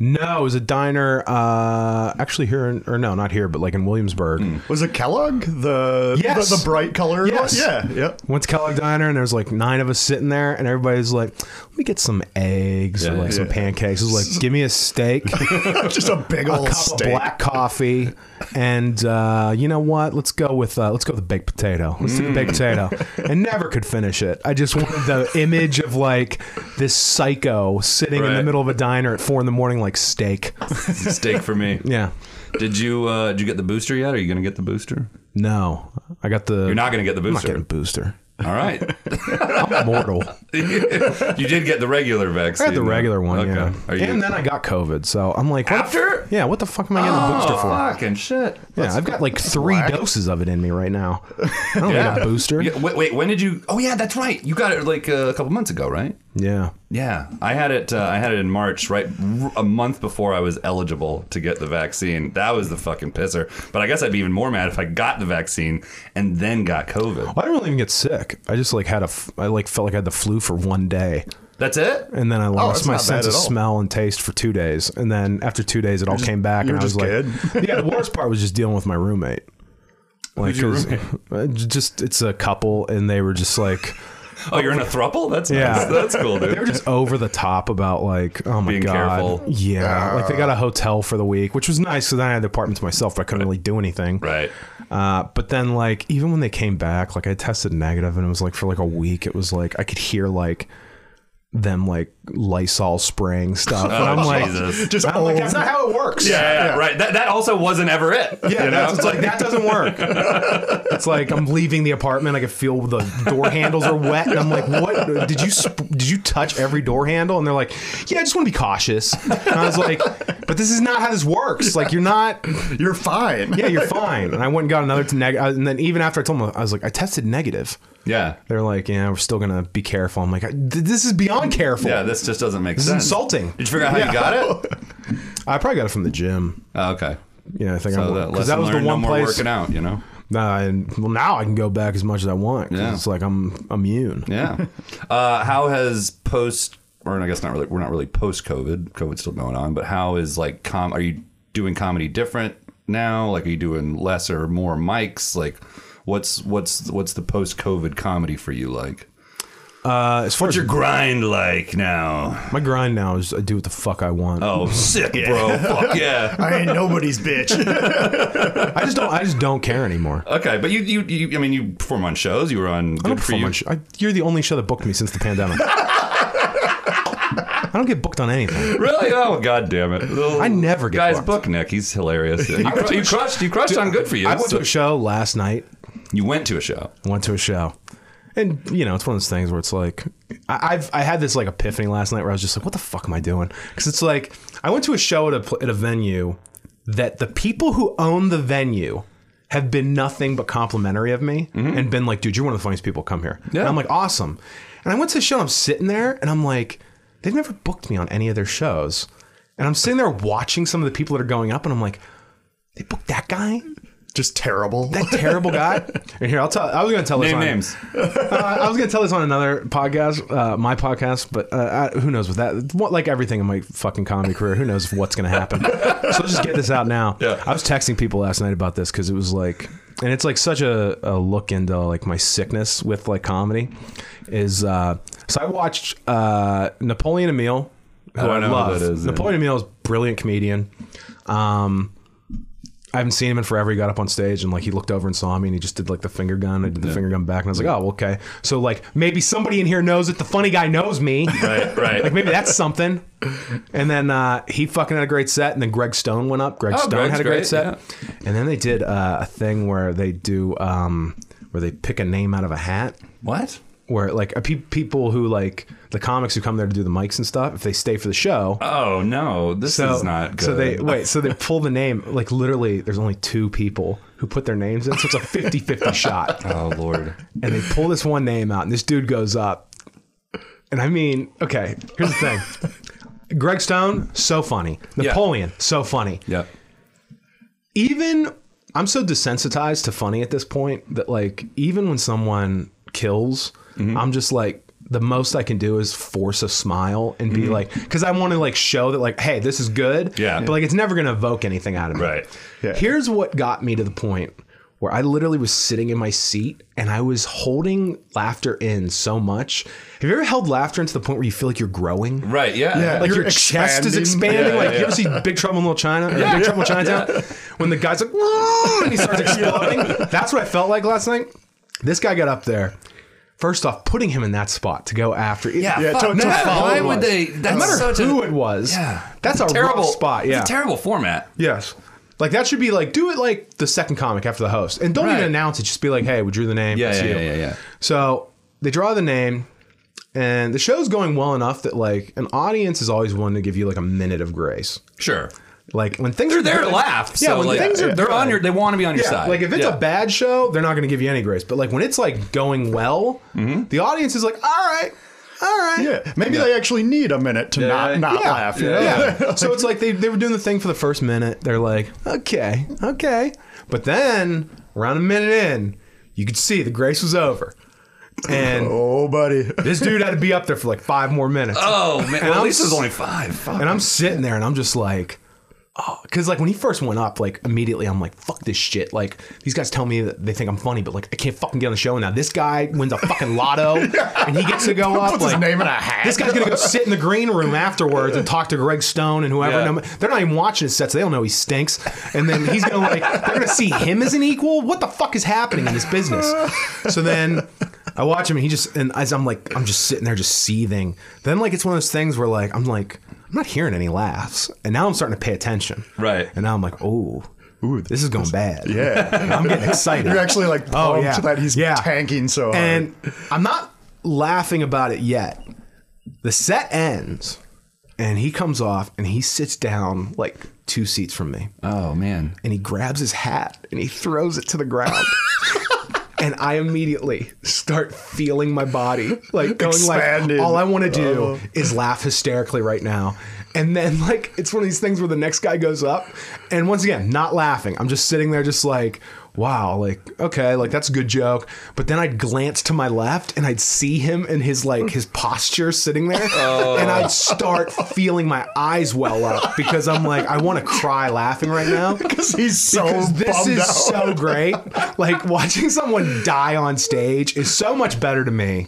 Speaker 1: no, it was a diner. Uh, actually, here in, or no, not here, but like in Williamsburg.
Speaker 2: Hmm.
Speaker 3: Was it Kellogg? The,
Speaker 1: Yes.
Speaker 3: the the bright color.
Speaker 1: Yes.
Speaker 3: Yeah. Yep.
Speaker 1: Went to Kellogg Diner, and there was like nine of us sitting there, and everybody's like, "Let me get some eggs or
Speaker 2: Yeah.
Speaker 1: like some
Speaker 3: Yeah.
Speaker 1: pancakes." It was like, "Give me a steak, a
Speaker 3: Just a big old
Speaker 1: cup of
Speaker 3: steak.
Speaker 1: black coffee, and uh, you know what? Let's go with uh, let's go with the baked potato. Let's do the baked
Speaker 2: Hmm.
Speaker 1: potato." And never could finish it. I just wanted the image of like this psycho sitting in the
Speaker 2: Right.
Speaker 1: middle of a diner at four in the morning, like steak.
Speaker 2: Steak for me.
Speaker 1: Yeah.
Speaker 2: Did you uh, did you get the booster yet? Are you gonna get the booster?
Speaker 1: No, I got the.
Speaker 2: You're not gonna get the
Speaker 1: I'm not getting a
Speaker 2: booster.
Speaker 1: booster.
Speaker 2: All right.
Speaker 1: I'm mortal.
Speaker 2: you did get the regular
Speaker 1: I
Speaker 2: vaccine.
Speaker 1: had the
Speaker 2: though.
Speaker 1: regular one,
Speaker 2: Okay.
Speaker 1: yeah.
Speaker 2: Are you
Speaker 1: and then I got COVID, so I'm like, what the f-
Speaker 3: Ah,
Speaker 2: after?
Speaker 1: yeah, what the fuck am I getting a
Speaker 3: oh.
Speaker 1: booster for?
Speaker 2: Oh, Fucking shit.
Speaker 1: Yeah, I've got like three
Speaker 3: whack.
Speaker 1: doses of it in me right now. I don't need a booster.
Speaker 2: Yeah, wait, wait, when did you? Oh yeah, that's right. You got it like uh, a couple months ago, right?
Speaker 1: Yeah.
Speaker 2: Yeah, I had it. Uh, I had it in March, right, r- a month before I was eligible to get the vaccine. That was the fucking pisser. But I guess I'd be even more mad if I got the vaccine and then got COVID.
Speaker 1: I didn't really even get sick. I just like had a, f- I like felt like I had the flu for one day,
Speaker 2: That's it.
Speaker 1: and then I lost
Speaker 3: Oh, that's
Speaker 1: my
Speaker 3: not bad
Speaker 1: sense of
Speaker 3: at all.
Speaker 1: smell and taste for two days, and then after two days it all came back,
Speaker 3: you
Speaker 1: and
Speaker 3: were
Speaker 1: I was
Speaker 3: just
Speaker 1: like, yeah. The worst part was just dealing with my roommate. Like,
Speaker 2: your
Speaker 1: 'cause- uh, j- just it's a couple, and they were just like.
Speaker 2: Oh, you're in a thruple. That's
Speaker 1: Yeah.
Speaker 2: nice. That's cool,
Speaker 1: They were
Speaker 2: dude.
Speaker 1: just over the top about like, oh my
Speaker 2: Being
Speaker 1: god,
Speaker 2: careful.
Speaker 1: yeah. like they got a hotel for the week, which was nice because I had the apartment to myself, but I couldn't really do anything.
Speaker 2: Right.
Speaker 1: Uh, but then like even when they came back, like I tested negative, and it was like for like a week, it was like I could hear like them like Lysol spraying stuff, and I'm like,
Speaker 2: Oh, Jesus.
Speaker 3: Just oh,
Speaker 1: I'm like,
Speaker 3: old-
Speaker 1: that's not how it works.
Speaker 2: Yeah, yeah, right. That, that also wasn't ever it.
Speaker 1: Yeah,
Speaker 2: you know?
Speaker 1: that's, it's like that doesn't work. it's like I'm leaving the apartment. I can feel the door handles are wet, and I'm like, "What? Did you sp- did you touch every door handle?" And they're like, "Yeah, I just want to be cautious." And I was like, "But this is not how this works. Like, you're not.
Speaker 3: You're fine.
Speaker 1: Yeah, you're fine." And I went and got another to neg- uh, And then even after I told them, I was like, "I tested negative."
Speaker 2: yeah.
Speaker 1: They're like, "Yeah, we're still gonna be careful." I'm like, "I- th- "This is beyond careful.
Speaker 2: Yeah, this just doesn't make
Speaker 1: this is
Speaker 2: sense.
Speaker 1: insulting."
Speaker 2: Did you figure out how you got it?
Speaker 1: I probably got it from the gym.
Speaker 2: Oh, okay.
Speaker 1: Yeah, I think
Speaker 2: So
Speaker 1: I'm
Speaker 2: that
Speaker 1: because
Speaker 2: lesson
Speaker 1: that was the
Speaker 2: learned,
Speaker 1: one
Speaker 2: no more
Speaker 1: place.
Speaker 2: working out, you know?
Speaker 1: Nah, and well, now I can go back as much as I want. 'cause
Speaker 2: Yeah.
Speaker 1: It's like I'm immune.
Speaker 2: Yeah. uh, how has post, or I guess not really, we're not really post COVID. COVID's still going on, but how is like com? Are you doing comedy different now? Like, are you doing less or more mics? Like, what's what's what's the post COVID comedy for you like?
Speaker 1: Uh, as far as
Speaker 2: Your grind like now?
Speaker 1: my grind now is I do what the fuck I want.
Speaker 2: Oh, sick, bro. Fuck yeah.
Speaker 3: I ain't nobody's bitch.
Speaker 1: I just don't. I just don't care anymore.
Speaker 2: Okay, but you, you, you I mean, you perform on shows. You were on
Speaker 1: I
Speaker 2: Good
Speaker 1: don't
Speaker 2: for
Speaker 1: perform
Speaker 2: You.
Speaker 1: on sh- I, you're the only show that booked me since the pandemic. I don't get booked on anything.
Speaker 2: Really? Oh, god damn it!
Speaker 1: I never get
Speaker 2: guys
Speaker 1: booked.
Speaker 2: book Nick. He's hilarious. You, cru- you crushed. You crushed on Good for You.
Speaker 1: I went
Speaker 2: so-
Speaker 1: to a show last night.
Speaker 2: you went to a show.
Speaker 1: Went to a show, and you know it's one of those things where it's like I, I've I had this like epiphany last night where I was just like, what the fuck am I doing? Because it's like I went to a show at a pl- at a venue that the people who own the venue. Have been nothing but complimentary of me and been like, dude, you're one of the funniest people. Come here. And
Speaker 2: Yeah.
Speaker 1: I'm like, awesome. And I went to the show and I'm sitting there and I'm like, they've never booked me on any of their shows. And I'm sitting there watching some of the people that are going up and I'm like, they booked that guy?
Speaker 3: Just terrible.
Speaker 1: That terrible guy? And here, I'll tell, I was going to tell this
Speaker 2: Name
Speaker 1: on-
Speaker 2: names.
Speaker 1: uh, I was going to tell this on another podcast, uh, my podcast, but uh, I, who knows with that? What, like everything in my fucking comedy career, who knows what's going to happen? so just get this out now.
Speaker 2: Yeah.
Speaker 1: I was texting people last night about this because it was like, and it's like such a, a look into like my sickness with like comedy. Is uh, so I watched uh, Napoleon Emile, who
Speaker 2: Oh, I
Speaker 1: I,
Speaker 2: don't know who
Speaker 1: love.
Speaker 2: that is, yeah.
Speaker 1: Napoleon Emile is a brilliant comedian. Um, I haven't seen him in forever. He got up on stage and like he looked over and saw me, and he just did like the finger gun. I did the finger gun back, and I was like, oh, well, okay. So like maybe somebody in here knows that the funny guy knows me.
Speaker 2: Right, right.
Speaker 1: Like maybe that's something. And then uh, he fucking had a great set, and then Greg Stone went up. Greg
Speaker 2: Oh,
Speaker 1: Stone
Speaker 2: Greg's
Speaker 1: had a great,
Speaker 2: great,
Speaker 1: set, and then they did uh, a thing where they do um, where they pick a name out of a hat
Speaker 2: what?
Speaker 1: where like a pe- people who like the comics who come there to do the mics and stuff, if they stay for the show,
Speaker 2: Oh no, this
Speaker 1: so
Speaker 2: is not good.
Speaker 1: so they wait, so they pull the name. Like literally, there's only two people who put their names in, so it's a 50-50 shot,
Speaker 2: oh lord.
Speaker 1: and they pull this one name out, and this dude goes up, and I mean, okay, here's the thing. Greg Stone, so funny. Napoleon, so funny.
Speaker 2: Yep.
Speaker 1: Even I'm so desensitized to funny at this point that like even when someone kills,
Speaker 2: Mm-hmm.
Speaker 1: I'm just like the most I can do is force a smile and be like, because I want to like show that like, hey, this is good.
Speaker 2: Mm-hmm. Yeah.
Speaker 1: But like, it's never gonna evoke anything out of me.
Speaker 2: Right.
Speaker 3: Yeah.
Speaker 1: Here's what got me to the point where I literally was sitting in my seat and I was holding laughter in so much. Have you ever held laughter into the point where you feel like you're growing?
Speaker 2: Right. Yeah.
Speaker 3: Yeah.
Speaker 1: like
Speaker 3: You're
Speaker 1: your chest is
Speaker 3: expanding.
Speaker 1: expanding.
Speaker 2: Yeah,
Speaker 1: like
Speaker 2: yeah,
Speaker 1: you ever see Big Trouble in Little China? Or Big Trouble in Chinatown? When the guy's like, "Whoa," and he starts exploding. That's what I felt like last night. This guy got up there. First off, putting him in that spot to go after.
Speaker 2: Yeah.
Speaker 3: Yeah,
Speaker 2: fuck
Speaker 3: to- to
Speaker 2: that.
Speaker 3: follow
Speaker 2: Why
Speaker 3: it
Speaker 2: would
Speaker 3: was.
Speaker 2: they? That's
Speaker 1: no matter
Speaker 2: such
Speaker 1: who
Speaker 2: a
Speaker 1: it was.
Speaker 2: yeah.
Speaker 1: That's a
Speaker 2: terrible
Speaker 1: rough spot. Yeah.
Speaker 2: It's a terrible format.
Speaker 1: Yes. Like that should be like do it like the second comic after the host, and don't
Speaker 2: Right.
Speaker 1: even announce it. Just be like, "Hey, we drew the name.
Speaker 2: Yeah,
Speaker 1: it's
Speaker 2: yeah,
Speaker 1: you."
Speaker 2: yeah, yeah, yeah.
Speaker 1: So they draw the name, and the show's going well enough that like an audience is always one to give you like a minute of grace.
Speaker 2: Sure.
Speaker 1: Like when things
Speaker 2: They're
Speaker 1: are
Speaker 2: there to
Speaker 1: good-
Speaker 2: laugh.
Speaker 1: Yeah,
Speaker 2: so,
Speaker 1: when
Speaker 2: like,
Speaker 1: things are
Speaker 2: they're
Speaker 1: good-
Speaker 2: on your. They want to be on your
Speaker 1: yeah,
Speaker 2: side.
Speaker 1: Like if it's
Speaker 2: Yeah.
Speaker 1: a bad show, they're not going to give you any grace. But like when it's like going well,
Speaker 2: Mm-hmm.
Speaker 1: the audience is like, all right, all right.
Speaker 3: Yeah, maybe they actually need a minute to
Speaker 2: yeah.
Speaker 3: not not
Speaker 1: Yeah.
Speaker 3: laugh. you know?
Speaker 1: Yeah. so it's like they, they were doing the thing for the first minute. They're like, okay, okay. But then around a minute in, you could see the grace was over. And
Speaker 3: Oh, buddy.
Speaker 1: this dude had to be up there for like five more minutes.
Speaker 2: Oh man.
Speaker 1: I'm
Speaker 2: Well, at least
Speaker 1: s-
Speaker 2: it's only five. Fuck.
Speaker 1: And I'm sitting there and I'm just like, oh, because like when he first went up, like immediately I'm like, fuck this shit. Like these guys tell me that they think I'm funny, but like I can't fucking get on the show. And now this guy wins a fucking lotto and he gets to go up.
Speaker 3: Puts
Speaker 1: like,
Speaker 3: his name in a hat.
Speaker 1: This guy's gonna go sit in the green room afterwards and talk to Greg Stone and whoever.
Speaker 2: Yeah.
Speaker 1: No- they're not even watching his sets; they don't know he stinks. And then he's gonna like they're gonna see him as an equal. What the fuck is happening in this business? So then I watch him and he just and as I'm like I'm just sitting there just seething. Then like it's one of those things where like I'm like I'm not hearing any laughs, and now I'm starting to pay attention.
Speaker 2: Right.
Speaker 1: And now I'm like, oh,
Speaker 3: Ooh,
Speaker 1: this is going bad.
Speaker 3: Yeah,
Speaker 1: I'm getting excited.
Speaker 3: you're actually like pumped
Speaker 1: Oh, yeah.
Speaker 3: that he's
Speaker 1: Yeah.
Speaker 3: tanking so hard.
Speaker 1: And I'm not laughing about it yet. The set ends, and he comes off and he sits down like two seats from me,
Speaker 2: Oh man.
Speaker 1: and he grabs his hat and he throws it to the ground. And I immediately start feeling my body like going
Speaker 3: Expanded.
Speaker 1: like all I want to do
Speaker 3: Oh.
Speaker 1: is laugh hysterically right now. And then like it's one of these things where the next guy goes up and once again, not laughing. I'm just sitting there just like, wow, like okay, like that's a good joke. But then I'd glance to my left and I'd see him and his like his posture sitting there and I'd start feeling my eyes well up because I'm like I want to cry laughing right now
Speaker 3: because he's so
Speaker 1: because this
Speaker 3: bummed
Speaker 1: is
Speaker 3: out.
Speaker 1: so great. Like watching someone die on stage is so much better to me.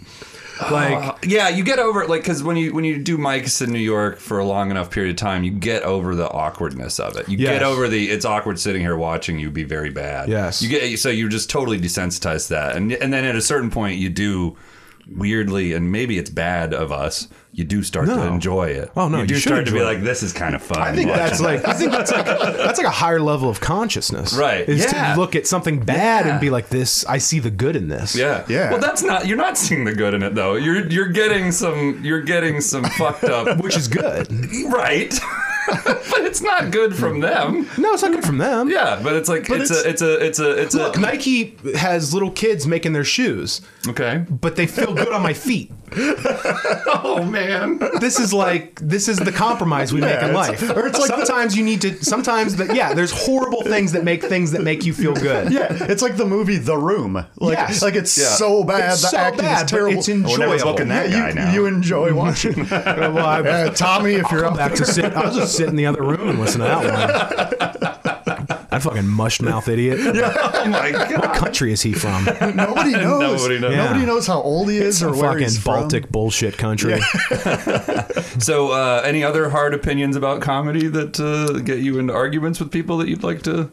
Speaker 1: Like
Speaker 2: Uh, Yeah, you get over it, like because when you when you do mics in New York for a long enough period of time, you get over the awkwardness of it. You
Speaker 1: Yes.
Speaker 2: get over the it's awkward sitting here watching you be very bad.
Speaker 1: Yes.
Speaker 2: you get so you're just totally desensitized to that, and and then at a certain point you do weirdly, and maybe it's bad of us. You do start
Speaker 1: No.
Speaker 2: to enjoy it.
Speaker 1: Oh, no,
Speaker 2: you do
Speaker 1: you should
Speaker 2: start to be
Speaker 1: enjoy it.
Speaker 2: like, this is kind of fun.
Speaker 1: I think that's like I think that's like that's like a higher level of consciousness.
Speaker 2: Right.
Speaker 1: Is
Speaker 2: Yeah.
Speaker 1: to look at something bad
Speaker 2: Yeah.
Speaker 1: and be like this I see the good in this.
Speaker 2: Yeah.
Speaker 3: Yeah.
Speaker 2: Well, that's not. You're not seeing the good in it though. You're you're getting some. You're getting some fucked up.
Speaker 1: Which is good.
Speaker 2: right. but it's not good from them.
Speaker 1: No, it's not good from them.
Speaker 2: Yeah, but it's like it's, a it's a it's a it's
Speaker 1: Look,
Speaker 2: a
Speaker 1: Nike has little kids making their shoes,
Speaker 2: okay.
Speaker 1: but they feel good on my feet.
Speaker 2: Oh man.
Speaker 1: this is like this is the compromise we make in
Speaker 3: it's-
Speaker 1: life. Or it's like sometimes you need to sometimes that yeah, there's horrible things that make things that make you feel good.
Speaker 3: yeah, it's like the movie The Room. Like,
Speaker 1: Yes.
Speaker 3: like it's
Speaker 2: Yeah.
Speaker 3: so bad.
Speaker 1: It's
Speaker 3: the
Speaker 1: so
Speaker 3: acting
Speaker 1: bad,
Speaker 3: is
Speaker 1: but
Speaker 3: terrible.
Speaker 1: it's We're never enjoyable. booking
Speaker 2: that
Speaker 3: Yeah, you,
Speaker 2: guy now.
Speaker 3: You enjoy watching. that.
Speaker 1: Well, I-
Speaker 3: Uh, Tommy, if you're
Speaker 1: I'll
Speaker 3: up
Speaker 1: back to sit. I'll just sit in the other room and listen to that one. That fucking mush mouth idiot.
Speaker 2: Oh my god.
Speaker 1: What country is he from?
Speaker 3: Nobody knows.
Speaker 2: Nobody knows.
Speaker 1: Yeah.
Speaker 3: knows how old he is or where
Speaker 1: fucking
Speaker 3: he's from.
Speaker 1: Baltic bullshit country.
Speaker 2: So, uh, any other hard opinions about comedy that uh, get you into arguments with people that you'd like to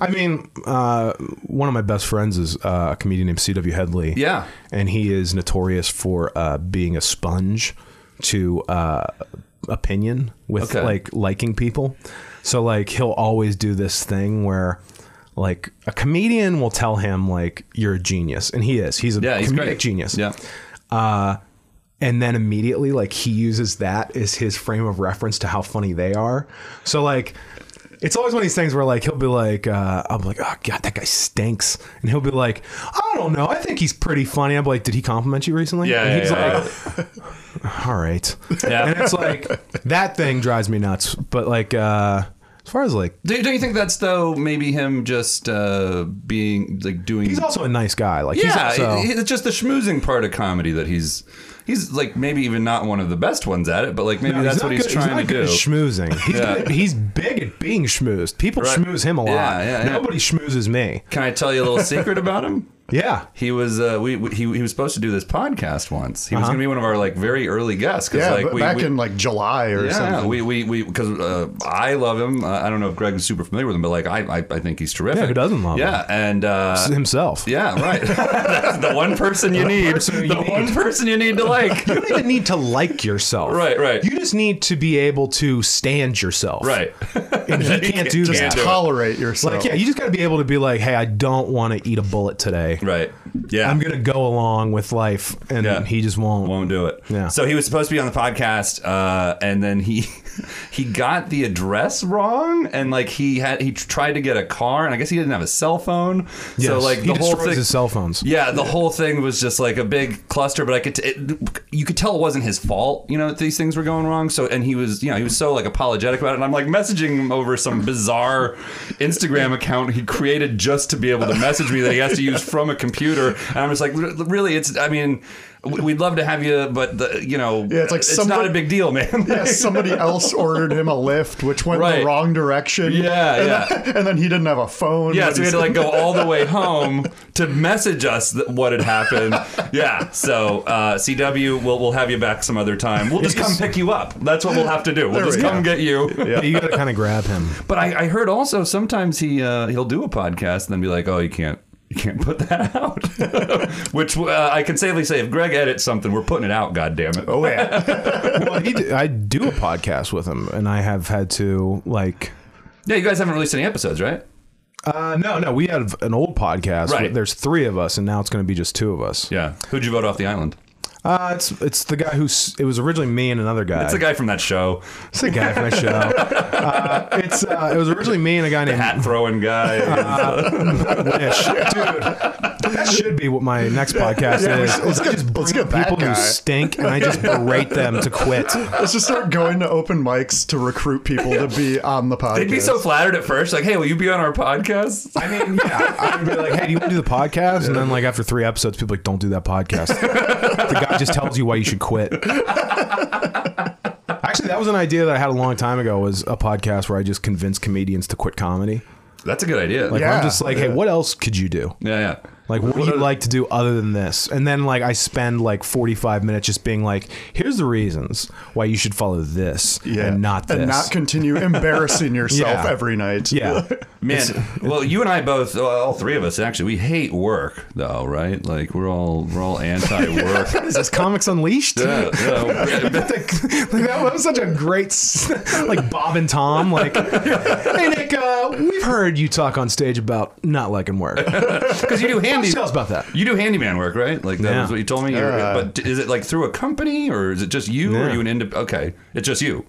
Speaker 1: I mean, uh, one of my best friends is uh, a comedian named C.W. Headley.
Speaker 2: Yeah.
Speaker 1: And he is notorious for uh, being a sponge to uh, opinion with
Speaker 2: Okay.
Speaker 1: like liking people. So, like, he'll always do this thing where. Like a comedian will tell him, like you're a genius, and he is. He's a
Speaker 2: Yeah, he's
Speaker 1: comedic
Speaker 2: great.
Speaker 1: genius.
Speaker 2: Yeah.
Speaker 1: Uh, and then immediately like he uses that as his frame of reference to how funny they are so like it's always one of these things where like he'll be like uh, i'm like oh god that guy stinks and he'll be like i don't know i think he's pretty funny i'm like did he compliment you recently
Speaker 2: Yeah,
Speaker 1: and
Speaker 2: yeah,
Speaker 1: he's uh,
Speaker 2: yeah,
Speaker 1: like all right
Speaker 2: Yeah.
Speaker 1: and it's like that thing drives me nuts but like uh as far as like
Speaker 2: Do, don't you think that's though maybe him just uh, being like doing?
Speaker 1: he's also a nice guy like he's
Speaker 2: yeah,
Speaker 1: also
Speaker 2: it- it's just the schmoozing part of comedy that he's he's like maybe even not one of the best ones at it, but like maybe
Speaker 1: No,
Speaker 2: that's
Speaker 1: not
Speaker 2: what he's
Speaker 1: good-
Speaker 2: trying
Speaker 1: not
Speaker 2: to
Speaker 1: good
Speaker 2: do.
Speaker 1: at schmoozing. He's,
Speaker 2: Yeah.
Speaker 1: good at- he's big at being schmoozed. People
Speaker 2: Right.
Speaker 1: schmooze him a lot.
Speaker 2: Yeah, yeah, yeah.
Speaker 1: Nobody schmoozes me.
Speaker 2: Can I tell you a little secret about him?
Speaker 1: Yeah.
Speaker 2: He was uh, we, we he, he was supposed to do this podcast once. He was going to be one of our like very early guests. 'cause,
Speaker 3: Yeah,
Speaker 2: like,
Speaker 3: but
Speaker 2: we-
Speaker 3: back
Speaker 2: we-
Speaker 3: in like July or
Speaker 2: Yeah,
Speaker 3: something.
Speaker 2: we we we because uh, I love him. Uh, I don't know if Greg is super familiar with him, but like I I, I think he's terrific.
Speaker 1: Yeah, who doesn't love
Speaker 2: yeah, and uh,
Speaker 1: himself.
Speaker 2: yeah, right. That's the one person you need.
Speaker 1: person you
Speaker 2: the
Speaker 1: need.
Speaker 2: one person you need to like.
Speaker 1: You don't even need to like yourself.
Speaker 2: Right, right.
Speaker 1: You just need to be able to stand yourself.
Speaker 2: right.
Speaker 1: And he can't do
Speaker 2: Just
Speaker 1: that.
Speaker 2: do it.
Speaker 3: Tolerate yourself.
Speaker 1: Like, yeah, you just got to be able to be like, hey, I don't want to eat a bullet today.
Speaker 2: Right. Yeah.
Speaker 1: I'm going to go along with life. And
Speaker 2: Yeah.
Speaker 1: he just won't.
Speaker 2: won't do it.
Speaker 1: Yeah.
Speaker 2: So he was supposed to be on the podcast, uh, and then he he got the address wrong, and like he had he tried to get a car, and I guess he didn't have a cell phone. So
Speaker 1: Yes.
Speaker 2: like
Speaker 1: he
Speaker 2: the whole
Speaker 1: destroys
Speaker 2: thing.
Speaker 1: his cell phones.
Speaker 2: yeah, the whole thing was just like a big cluster, but I could t- it, you could tell it wasn't his fault. You know that these things were going wrong. So and he was you know he was so like apologetic about it, and I'm like messaging him over some bizarre Instagram account he created just to be able to message me that he has to use from a computer, and I'm just like "Re- really it's I mean. w- We'd love to have you, but the, you know,
Speaker 3: Yeah, it's like
Speaker 2: not
Speaker 3: somebody-
Speaker 2: a big deal, man.
Speaker 3: Yeah, somebody else ordered him a lift, which went
Speaker 2: Right.
Speaker 3: the wrong direction.
Speaker 2: Yeah,
Speaker 3: and
Speaker 2: yeah.
Speaker 3: Then, and then he didn't have a phone.
Speaker 2: Yeah,
Speaker 3: when
Speaker 2: so we
Speaker 3: he
Speaker 2: had to
Speaker 3: said-
Speaker 2: like go all the way home to message us th- what had happened. Yeah, so uh, CW, we'll we'll have you back some other time. We'll just come pick you up. That's what we'll have to do. We'll
Speaker 3: There
Speaker 2: just
Speaker 3: we go.
Speaker 2: come get you.
Speaker 1: But you got to kind of grab him.
Speaker 2: But I, I heard also sometimes he uh, he'll do a podcast and then be like, oh, you can't. You can't put that out, which uh, I can safely say. If Greg edits something, we're putting it out. God damn it!
Speaker 3: Oh yeah,
Speaker 1: well, he d- I do a podcast with him, and I have had to, like,
Speaker 2: Yeah, you guys haven't released any episodes, right?
Speaker 1: uh, no, no, we had an old podcast.
Speaker 2: Right.
Speaker 1: There's three of us, and now it's going to be just two of us.
Speaker 2: Yeah. Who'd you vote off the island?
Speaker 1: Uh, it's it's the guy who's it was originally me and another guy.
Speaker 2: It's the guy from that show,
Speaker 1: It's the guy from my show. uh, it's uh, it was originally me and a guy named
Speaker 2: hat throwing guy.
Speaker 1: Wish. Dude, that should be what my next podcast
Speaker 3: Yeah,
Speaker 1: is.
Speaker 3: let's
Speaker 1: is I
Speaker 3: get-
Speaker 1: just
Speaker 3: let's
Speaker 1: bring
Speaker 3: get that
Speaker 1: people
Speaker 3: guy.
Speaker 1: who stink and I just berate them to quit.
Speaker 3: let's just start going to open mics to recruit people to be on the podcast.
Speaker 2: They'd be so flattered at first, like, "Hey, will you be on our podcast?"
Speaker 1: I mean, yeah, I would be like, hey, do you want to do the podcast? And then like after three episodes, people are like, don't do that podcast. the guy just tells you why you should quit. Actually, that was an idea that I had a long time ago. Was a podcast where I just convinced comedians to quit comedy.
Speaker 2: That's a good idea.
Speaker 1: Like
Speaker 3: Yeah.
Speaker 1: I'm just like, hey, what else could you do?
Speaker 2: yeah, yeah.
Speaker 1: Like, what do you like to do other than this? And then, like, I spend like 45 minutes just being like, here's the reasons why you should follow this
Speaker 3: yeah,
Speaker 1: and not this.
Speaker 3: and not continue embarrassing yourself
Speaker 1: Yeah.
Speaker 3: every night. Oh,
Speaker 1: yeah.
Speaker 2: Man, well, you and I both, well, all three of us actually, we hate work though, right? Like we're all we're all anti-work.
Speaker 1: Is this Comics Unleashed?
Speaker 2: yeah, yeah.
Speaker 1: Like, that was such a great, s- like Bob and Tom. Like, hey Nick, uh, we've heard you talk on stage about not liking work.
Speaker 2: Because you do handy,
Speaker 1: Tell us about that.
Speaker 2: you do handyman work, right? Like that
Speaker 1: Yeah.
Speaker 2: was what you told me. You're-
Speaker 3: Yeah.
Speaker 2: But is it like through a company or is it just you? Or are
Speaker 1: Yeah.
Speaker 2: you an independent? Okay, it's just you.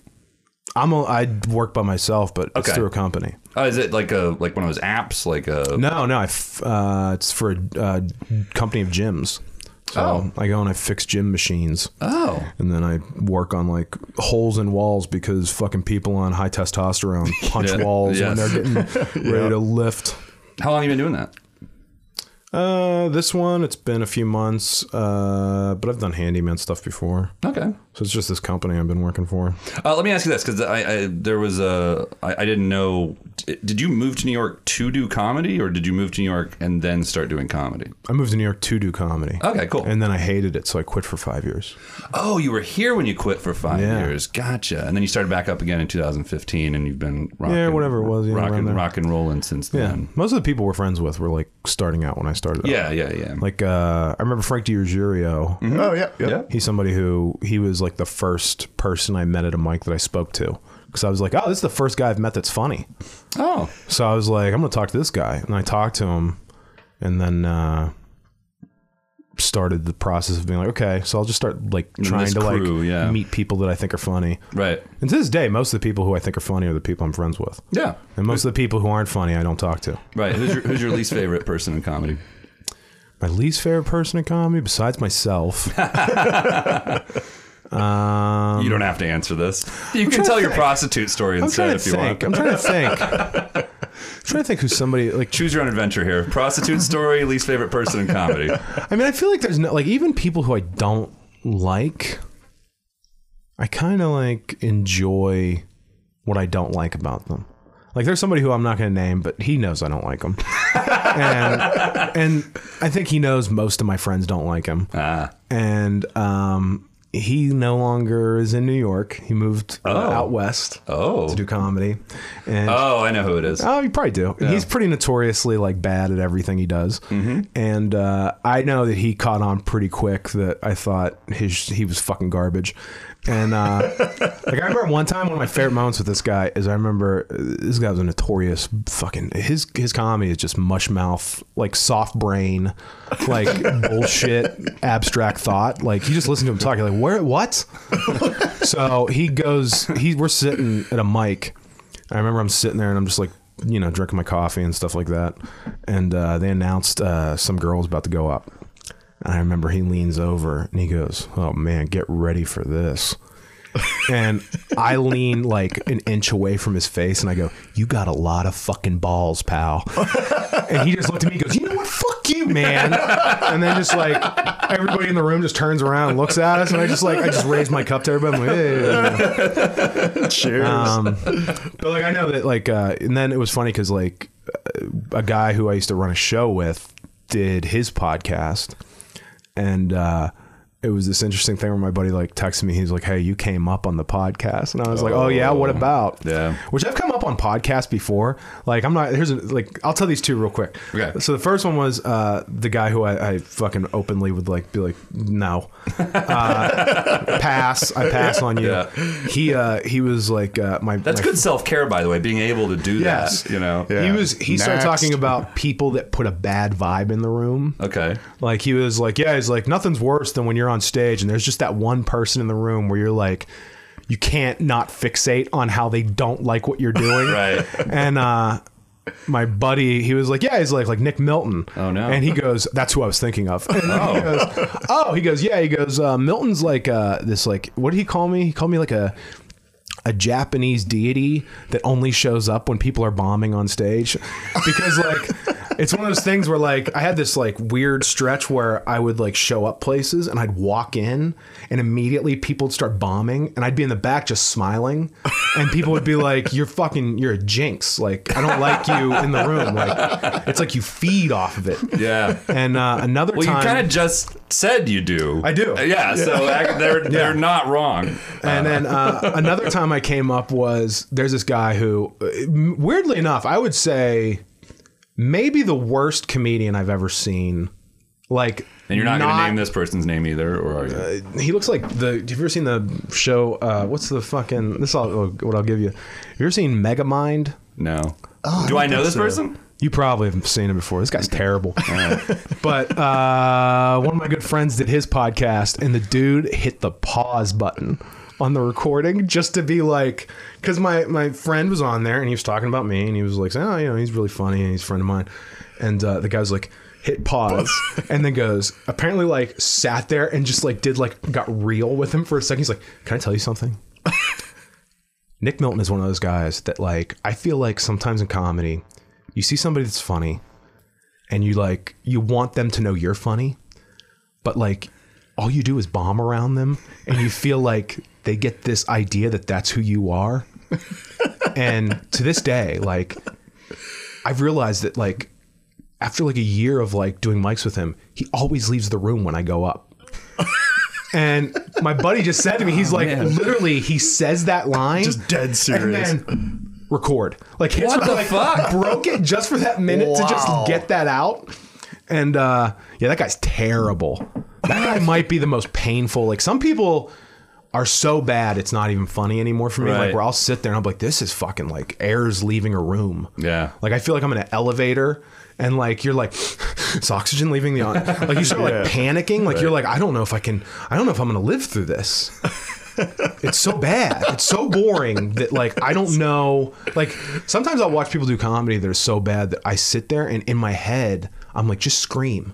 Speaker 1: I'm a, I work by myself, but
Speaker 2: Okay.
Speaker 1: it's through a company.
Speaker 2: Uh, is it like a like one of those apps? Like a
Speaker 1: No, no, I f- uh, it's for a uh, company of gyms. So I go and I fix gym machines.
Speaker 2: oh.
Speaker 1: And then I work on like holes in walls because fucking people on high testosterone punch
Speaker 2: Yeah.
Speaker 1: walls
Speaker 2: Yes.
Speaker 1: when they're getting ready to lift.
Speaker 2: How long have you been doing that?
Speaker 1: Uh, uh, this one, it's been a few months, uh, but I've done handyman stuff before.
Speaker 2: Okay.
Speaker 1: So it's just this company I've been working for.
Speaker 2: Uh, let me ask you this, because I, I there was a I, I didn't know. d- Did you move to New York to do comedy, or did you move to New York and then start doing comedy?
Speaker 1: I moved to New York to do comedy.
Speaker 2: Okay, cool.
Speaker 1: And then I hated it, so I quit for five years.
Speaker 2: oh, you were here when you quit for five
Speaker 1: Yeah.
Speaker 2: years. Gotcha. And then you started back up again in 2015, and you've been rocking,
Speaker 1: Yeah, whatever it was, yeah, around
Speaker 2: rocking,
Speaker 1: there.
Speaker 2: rocking, rolling since
Speaker 1: Yeah.
Speaker 2: then.
Speaker 1: Most of the people we're friends with were like starting out when I started. out.
Speaker 2: Hmm. Yeah, yeah, yeah.
Speaker 1: Like uh, I remember Frank DiRugiero.
Speaker 2: Mm-hmm.
Speaker 3: Oh yeah, yeah.
Speaker 1: He's somebody who he was like the first person I met at a mic that I spoke to because I was like, oh, this is the first guy I've met that's funny.
Speaker 2: oh,
Speaker 1: So I was like, I'm gonna talk to this guy, and I talked to him, and then uh, started the process of being like, okay, so I'll just start like trying
Speaker 2: this
Speaker 1: to
Speaker 2: crew,
Speaker 1: like
Speaker 2: yeah.
Speaker 1: meet people that I think are funny.
Speaker 2: right.
Speaker 1: And to this day, most of the people who I think are funny are the people I'm friends with,
Speaker 2: Yeah,
Speaker 1: and most of the people who aren't funny, I don't talk to.
Speaker 2: right. Who's your, who's your least favorite person in comedy?
Speaker 1: My least favorite person in comedy, besides myself, Um,
Speaker 2: you don't have to answer this. You can tell your prostitute story
Speaker 1: I'm
Speaker 2: instead
Speaker 1: trying to
Speaker 2: if you want.
Speaker 1: think. I'm trying to think. I'm trying to think who's somebody like
Speaker 2: Choose your own adventure here. Prostitute story, least favorite person in comedy.
Speaker 1: I mean, I feel like there's no like even people who I don't like. I kind of like enjoy what I don't like about them. Like there's somebody who I'm not going to name, but he knows I don't like him, and and I think he knows most of my friends don't like him.
Speaker 2: Ah.
Speaker 1: And um, he no longer is in New York. He moved uh, out west
Speaker 2: Oh.
Speaker 1: to do comedy, and
Speaker 2: Oh, I know who it is.
Speaker 1: Oh, you probably do. He's pretty notoriously like bad at everything he does, and uh, I know that he caught on pretty quick that I thought his he was fucking garbage. And uh, like I remember one time, one of my favorite moments with this guy is I remember uh, this guy was a notorious fucking his his comedy is just mush mouth, like soft brain, like bullshit, abstract thought. Like you just listen to him talk, you're like, where what? so he goes he we're sitting at a mic i remember i'm sitting there and i'm just like you know drinking my coffee and stuff like that and uh, they announced uh, some girl was about to go up and i remember he leans over and he goes oh man get ready for this and I lean like an inch away from his face and I go, You got a lot of fucking balls, pal. and he just looked at me and goes, You know what? Fuck you, man. And then just like everybody in the room just turns around and looks at us. And I just like, I just raise my cup to everybody. I'm like, "Hey."
Speaker 3: Cheers.
Speaker 1: Um, but like I know that like uh, and then it was funny because like uh, a guy who I used to run a show with did his podcast, and uh, it was this interesting thing where my buddy like texted me. He's like, "Hey, you came up on the podcast," and I was like, "Oh yeah, what about?"
Speaker 2: Yeah.
Speaker 1: which I've come up on podcasts before. Like I'm not here's a, like I'll tell these two real quick.
Speaker 2: Okay.
Speaker 1: So the first one was uh, the guy who I, I fucking openly would like be like, "No." pass. I pass on you.
Speaker 2: Yeah.
Speaker 1: He uh he was like uh, my.
Speaker 2: That's
Speaker 1: my-
Speaker 2: good self care, by the way, being able to do
Speaker 1: Yes.
Speaker 2: that. You know.
Speaker 3: Yeah.
Speaker 1: He was he started
Speaker 3: Next.
Speaker 1: talking about people that put a bad vibe in the room.
Speaker 2: Okay.
Speaker 1: Like he was like, yeah, he's like nothing's worse than when you're on stage and there's just that one person in the room where you're like, you can't not fixate on how they don't like what you're doing.
Speaker 2: Right.
Speaker 1: And uh, my buddy, he was like, yeah, he's like like Nick Milton.
Speaker 2: Oh, no.
Speaker 1: And he goes, that's who I was thinking of. And he goes, oh, he goes, yeah, he goes, uh, Milton's like uh, this like what did he call me? He called me like a a Japanese deity that only shows up when people are bombing on stage. Because like it's one of those things where like I had this like weird stretch where I would like show up places and I'd walk in and immediately people would start bombing and I'd be in the back just smiling and people would be like, You're fucking you're a jinx. Like I don't like you in the room. Like it's like you feed off of it.
Speaker 2: Yeah.
Speaker 1: And uh, another
Speaker 2: Well, you
Speaker 1: time
Speaker 2: kind of just said you do. Uh,
Speaker 1: I do.
Speaker 2: Yeah. So I, they're they're not wrong.
Speaker 1: And then uh, another time I came up was there's this guy who, uh, weirdly enough, I would say maybe the worst comedian I've ever seen. Like,
Speaker 2: And you're not, going to name this person's name either, or are you?
Speaker 1: He looks like the. Have you ever seen the show? Uh, what's the fucking? This is all what I'll give you. Have you ever seen Megamind?
Speaker 2: no. do I know this person?
Speaker 1: You probably have seen him before. This guy's terrible. but uh, one of my good friends did his podcast, and the dude hit the pause button on the recording just to be like, because my, my friend was on there and he was talking about me, and he was like, saying, oh, you know, he's really funny and he's a friend of mine. And uh, the guy's like, hit pause and then goes apparently like sat there and just like did like got real with him for a second he's like can i tell you something Nick Milton is one of those guys that like I feel like sometimes in comedy, you see somebody that's funny, and you like you want them to know you're funny, but like all you do is bomb around them, and you feel like they get this idea that that's who you are. and to this day, like I've realized that like after like a year of like doing mics with him, he always leaves the room when I go up. and my buddy just said to me, he's like,
Speaker 2: man.
Speaker 1: literally, he says that line
Speaker 3: Just dead serious.
Speaker 1: and then record. Like his,
Speaker 2: What the
Speaker 1: like,
Speaker 2: fuck?
Speaker 1: broke it just for that minute to
Speaker 3: Wow.
Speaker 1: just get that out. And uh, yeah, that guy's terrible. That guy might be the most painful. Like some people are so bad it's not even funny anymore for me.
Speaker 2: Right.
Speaker 1: Like where I'll sit there and I'm like, this is fucking like air's leaving a room.
Speaker 2: Yeah.
Speaker 1: Like I feel like I'm in an elevator and like you're like it's oxygen leaving the like you start
Speaker 3: Yeah.
Speaker 1: like panicking. Like you're like, I don't know if I can I don't know if I'm gonna live through this. It's so bad. It's so boring that like I don't know. Like sometimes I'll watch people do comedy that are so bad that I sit there and in my head I'm like, just scream.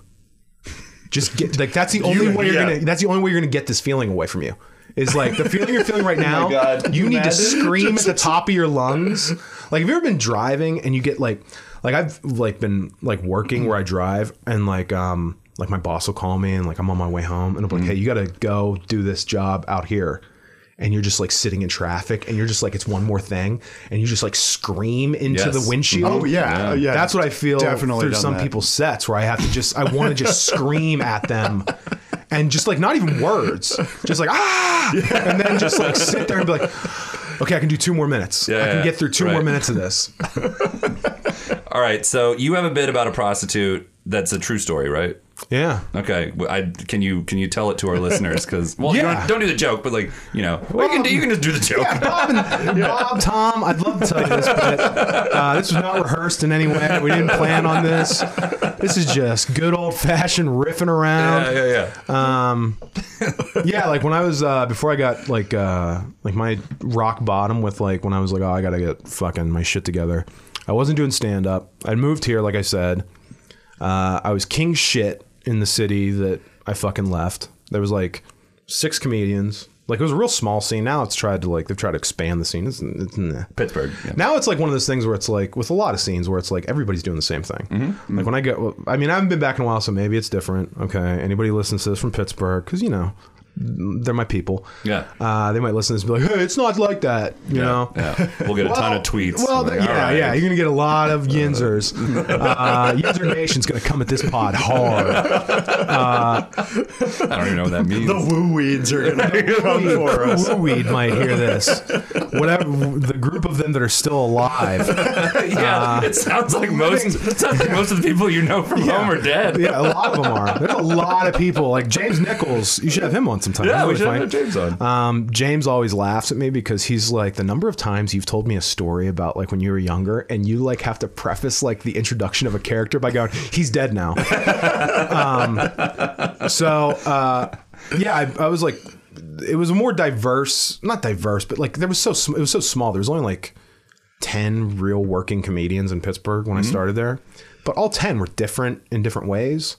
Speaker 1: Just get like that's the only way you're
Speaker 3: yeah.
Speaker 1: gonna that's the only way you're gonna get this feeling away from you. Is like the feeling you're feeling right now.
Speaker 2: Oh God.
Speaker 1: You need to
Speaker 2: Imagine.
Speaker 1: scream at the top of your lungs. Like have you ever been driving and you get like like I've like been like working where I drive and like um like my boss will call me and like I'm on my way home and I'm
Speaker 3: Mm.
Speaker 1: like, hey, you gotta go do this job out here. And you're just like sitting in traffic and you're just like it's one more thing and you just like scream into
Speaker 2: Yes.
Speaker 1: the windshield.
Speaker 3: Oh yeah, yeah.
Speaker 1: That's what I feel
Speaker 3: Definitely
Speaker 1: through
Speaker 3: done
Speaker 1: some
Speaker 3: that.
Speaker 1: people's sets where I have to just I want to just scream at them and just like not even words. Just like ah and then just like sit there and be like okay, I can do two more minutes. I
Speaker 2: Yeah,
Speaker 1: can get through two more
Speaker 2: right.
Speaker 1: minutes of this.
Speaker 2: All right. So you have a bit about a prostitute that's a true story, right?
Speaker 1: Yeah.
Speaker 2: Okay. Well, I can you can you tell it to our listeners because well, you
Speaker 1: Yeah.
Speaker 2: don't, don't do the joke, but like you know, well, you can do, you can just do the joke.
Speaker 1: Bob and Bob, Tom, I'd love to tell you this, but uh, this was not rehearsed in any way. We didn't plan on this. This is just good old fashioned riffing around.
Speaker 2: Yeah, yeah, yeah.
Speaker 1: yeah like when i was uh before i got like uh like my rock bottom with like when i was like oh i gotta get fucking my shit together i wasn't doing stand up i moved here like i said uh i was king shit in the city that i fucking left there was like six comedians like it was a real small scene now it's tried to like they've tried to expand the scene it's, it's nah.
Speaker 2: Pittsburgh. Yeah.
Speaker 1: Now it's like one of those things where it's like with a lot of scenes where it's like everybody's doing the same thing.
Speaker 2: Mm-hmm.
Speaker 1: Like when I go, I mean, I haven't been back in a while, so maybe it's different. Okay, anybody listens to this from Pittsburgh because you know they're my people.
Speaker 2: Yeah.
Speaker 1: uh, they might listen to this and be like, hey, it's not like that, you know.
Speaker 2: Yeah. We'll get a ton of
Speaker 1: Well,
Speaker 2: tweets.
Speaker 1: Well,
Speaker 2: Like,
Speaker 1: th-
Speaker 2: all
Speaker 1: yeah,
Speaker 2: right.
Speaker 1: yeah. You're gonna get a lot of yinzers. Uh, Yinzer Nation's gonna come at this pod hard.
Speaker 2: I don't even know what that means.
Speaker 3: The woo weeds are gonna come for us.
Speaker 1: Weed might hear this. Whatever the group of them that are still alive.
Speaker 2: yeah, it sounds like most. It sounds like most of the people you know from home are dead.
Speaker 1: Yeah, a lot of them are. There's a lot of people like James Nichols. You should have him on sometime.
Speaker 2: Yeah,
Speaker 1: He's
Speaker 2: we
Speaker 1: always
Speaker 2: should
Speaker 1: funny.
Speaker 2: have James on.
Speaker 1: Um, James always laughs at me because he's like the number of times you've told me a story about like when you were younger, and you like have to preface like the introduction of a character by going, "He's dead now." um, so uh, yeah, I, I was like, it was a more diverse, not diverse, but like there was so sm- it was so small. There was only like ten real working comedians in Pittsburgh when I
Speaker 2: Mm-hmm.
Speaker 1: started there, but all ten were different in different ways.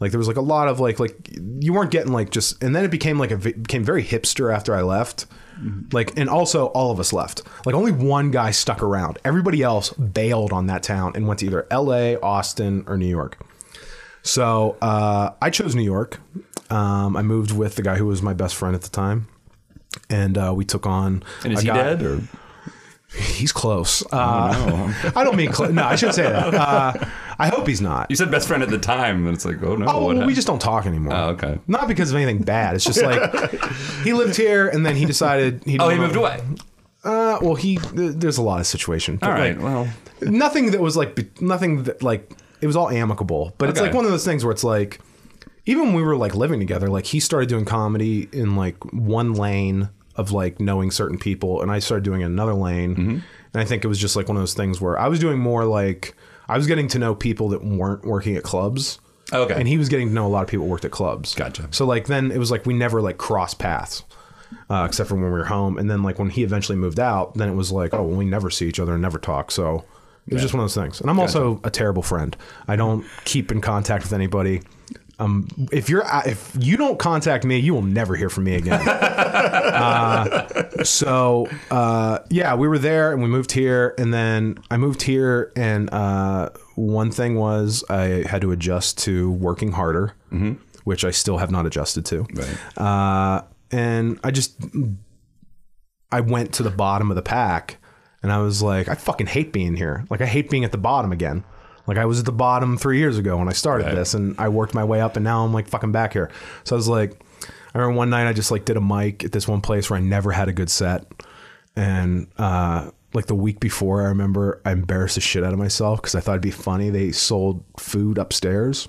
Speaker 1: Like there was like a lot of like like you weren't getting like just and then it became like a it became very hipster after I left.
Speaker 2: Mm-hmm.
Speaker 1: Like and also all of us left. Like only one guy stuck around. Everybody else bailed on that town and went to either L.A., Austin, or New York. So uh, I chose New York. Um, I moved with the guy who was my best friend at the time, and uh, we took on.
Speaker 2: and is
Speaker 1: a
Speaker 2: he
Speaker 1: guy-
Speaker 2: dead or?
Speaker 1: He's close. Uh, I don't mean close. No, I shouldn't say that. Uh, I hope he's not.
Speaker 2: You said best friend at the time, and it's like, oh no,
Speaker 1: Oh,
Speaker 2: what
Speaker 1: well, we
Speaker 2: happened?
Speaker 1: just don't talk anymore.
Speaker 2: Oh, okay.
Speaker 1: Not because of anything bad. It's just like he lived here and then he decided he.
Speaker 2: Oh,
Speaker 1: didn't wanna-
Speaker 2: he moved away.
Speaker 1: Uh, well, he th- there's a lot of situation. But
Speaker 2: All right.
Speaker 1: like,
Speaker 2: Well,
Speaker 1: nothing that was like be- nothing that like it was all amicable. But it's
Speaker 2: Okay.
Speaker 1: like one of those things where it's like even when we were like living together, like he started doing comedy in like one lane of like knowing certain people, and I started doing it in another lane.
Speaker 2: Mm-hmm.
Speaker 1: And I think it was just like one of those things where I was doing more like I was getting to know people that weren't working at clubs.
Speaker 2: okay.
Speaker 1: And he was getting to know a lot of people who worked at clubs.
Speaker 2: Gotcha.
Speaker 1: So like then it was like we never like crossed paths, uh, except for when we were home. And then like when he eventually moved out, then it was like oh well, we never see each other and never talk. So it was just one of those things. And I'm also a terrible friend. I don't keep in contact with anybody. Um, if you're if you don't contact me, you will never hear from me again. so uh, yeah, we were there and we moved here, and then I moved here and uh, one thing was I had to adjust to working harder, which I still have not adjusted to. Uh, and I just I went to the bottom of the pack and I was like, I fucking hate being here. Like I hate being at the bottom again. Like I was at the bottom three years ago when I started
Speaker 2: Right.
Speaker 1: this and I worked my way up and now I'm like fucking back here. So I was like I remember one night I just like did a mic at this one place where I never had a good set. And uh like the week before I remember I embarrassed the shit out of myself because I thought it'd be funny. They sold food upstairs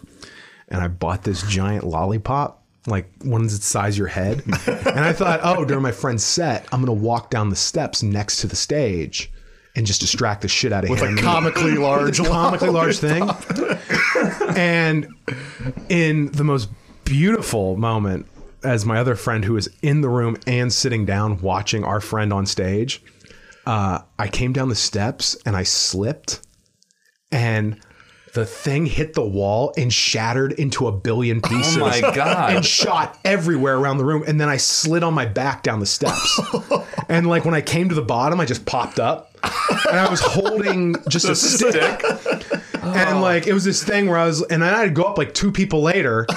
Speaker 1: and I bought this giant lollipop, like one that's the size of your head. and I thought, oh, during my friend's set, I'm gonna walk down the steps next to the stage and just distract the shit out of him.
Speaker 3: Like comically large.
Speaker 1: comically large thing. and in the most beautiful moment, as my other friend who was in the room and sitting down watching our friend on stage, uh, I came down the steps and I slipped and the thing hit the wall and shattered into a billion pieces
Speaker 2: Oh my god!
Speaker 1: and shot everywhere around the room. And then I slid on my back down the steps. and like when I came to the bottom, I just popped up and I was holding just a stick. Oh. And like it was this thing where I was, and then I'd go up like two people later.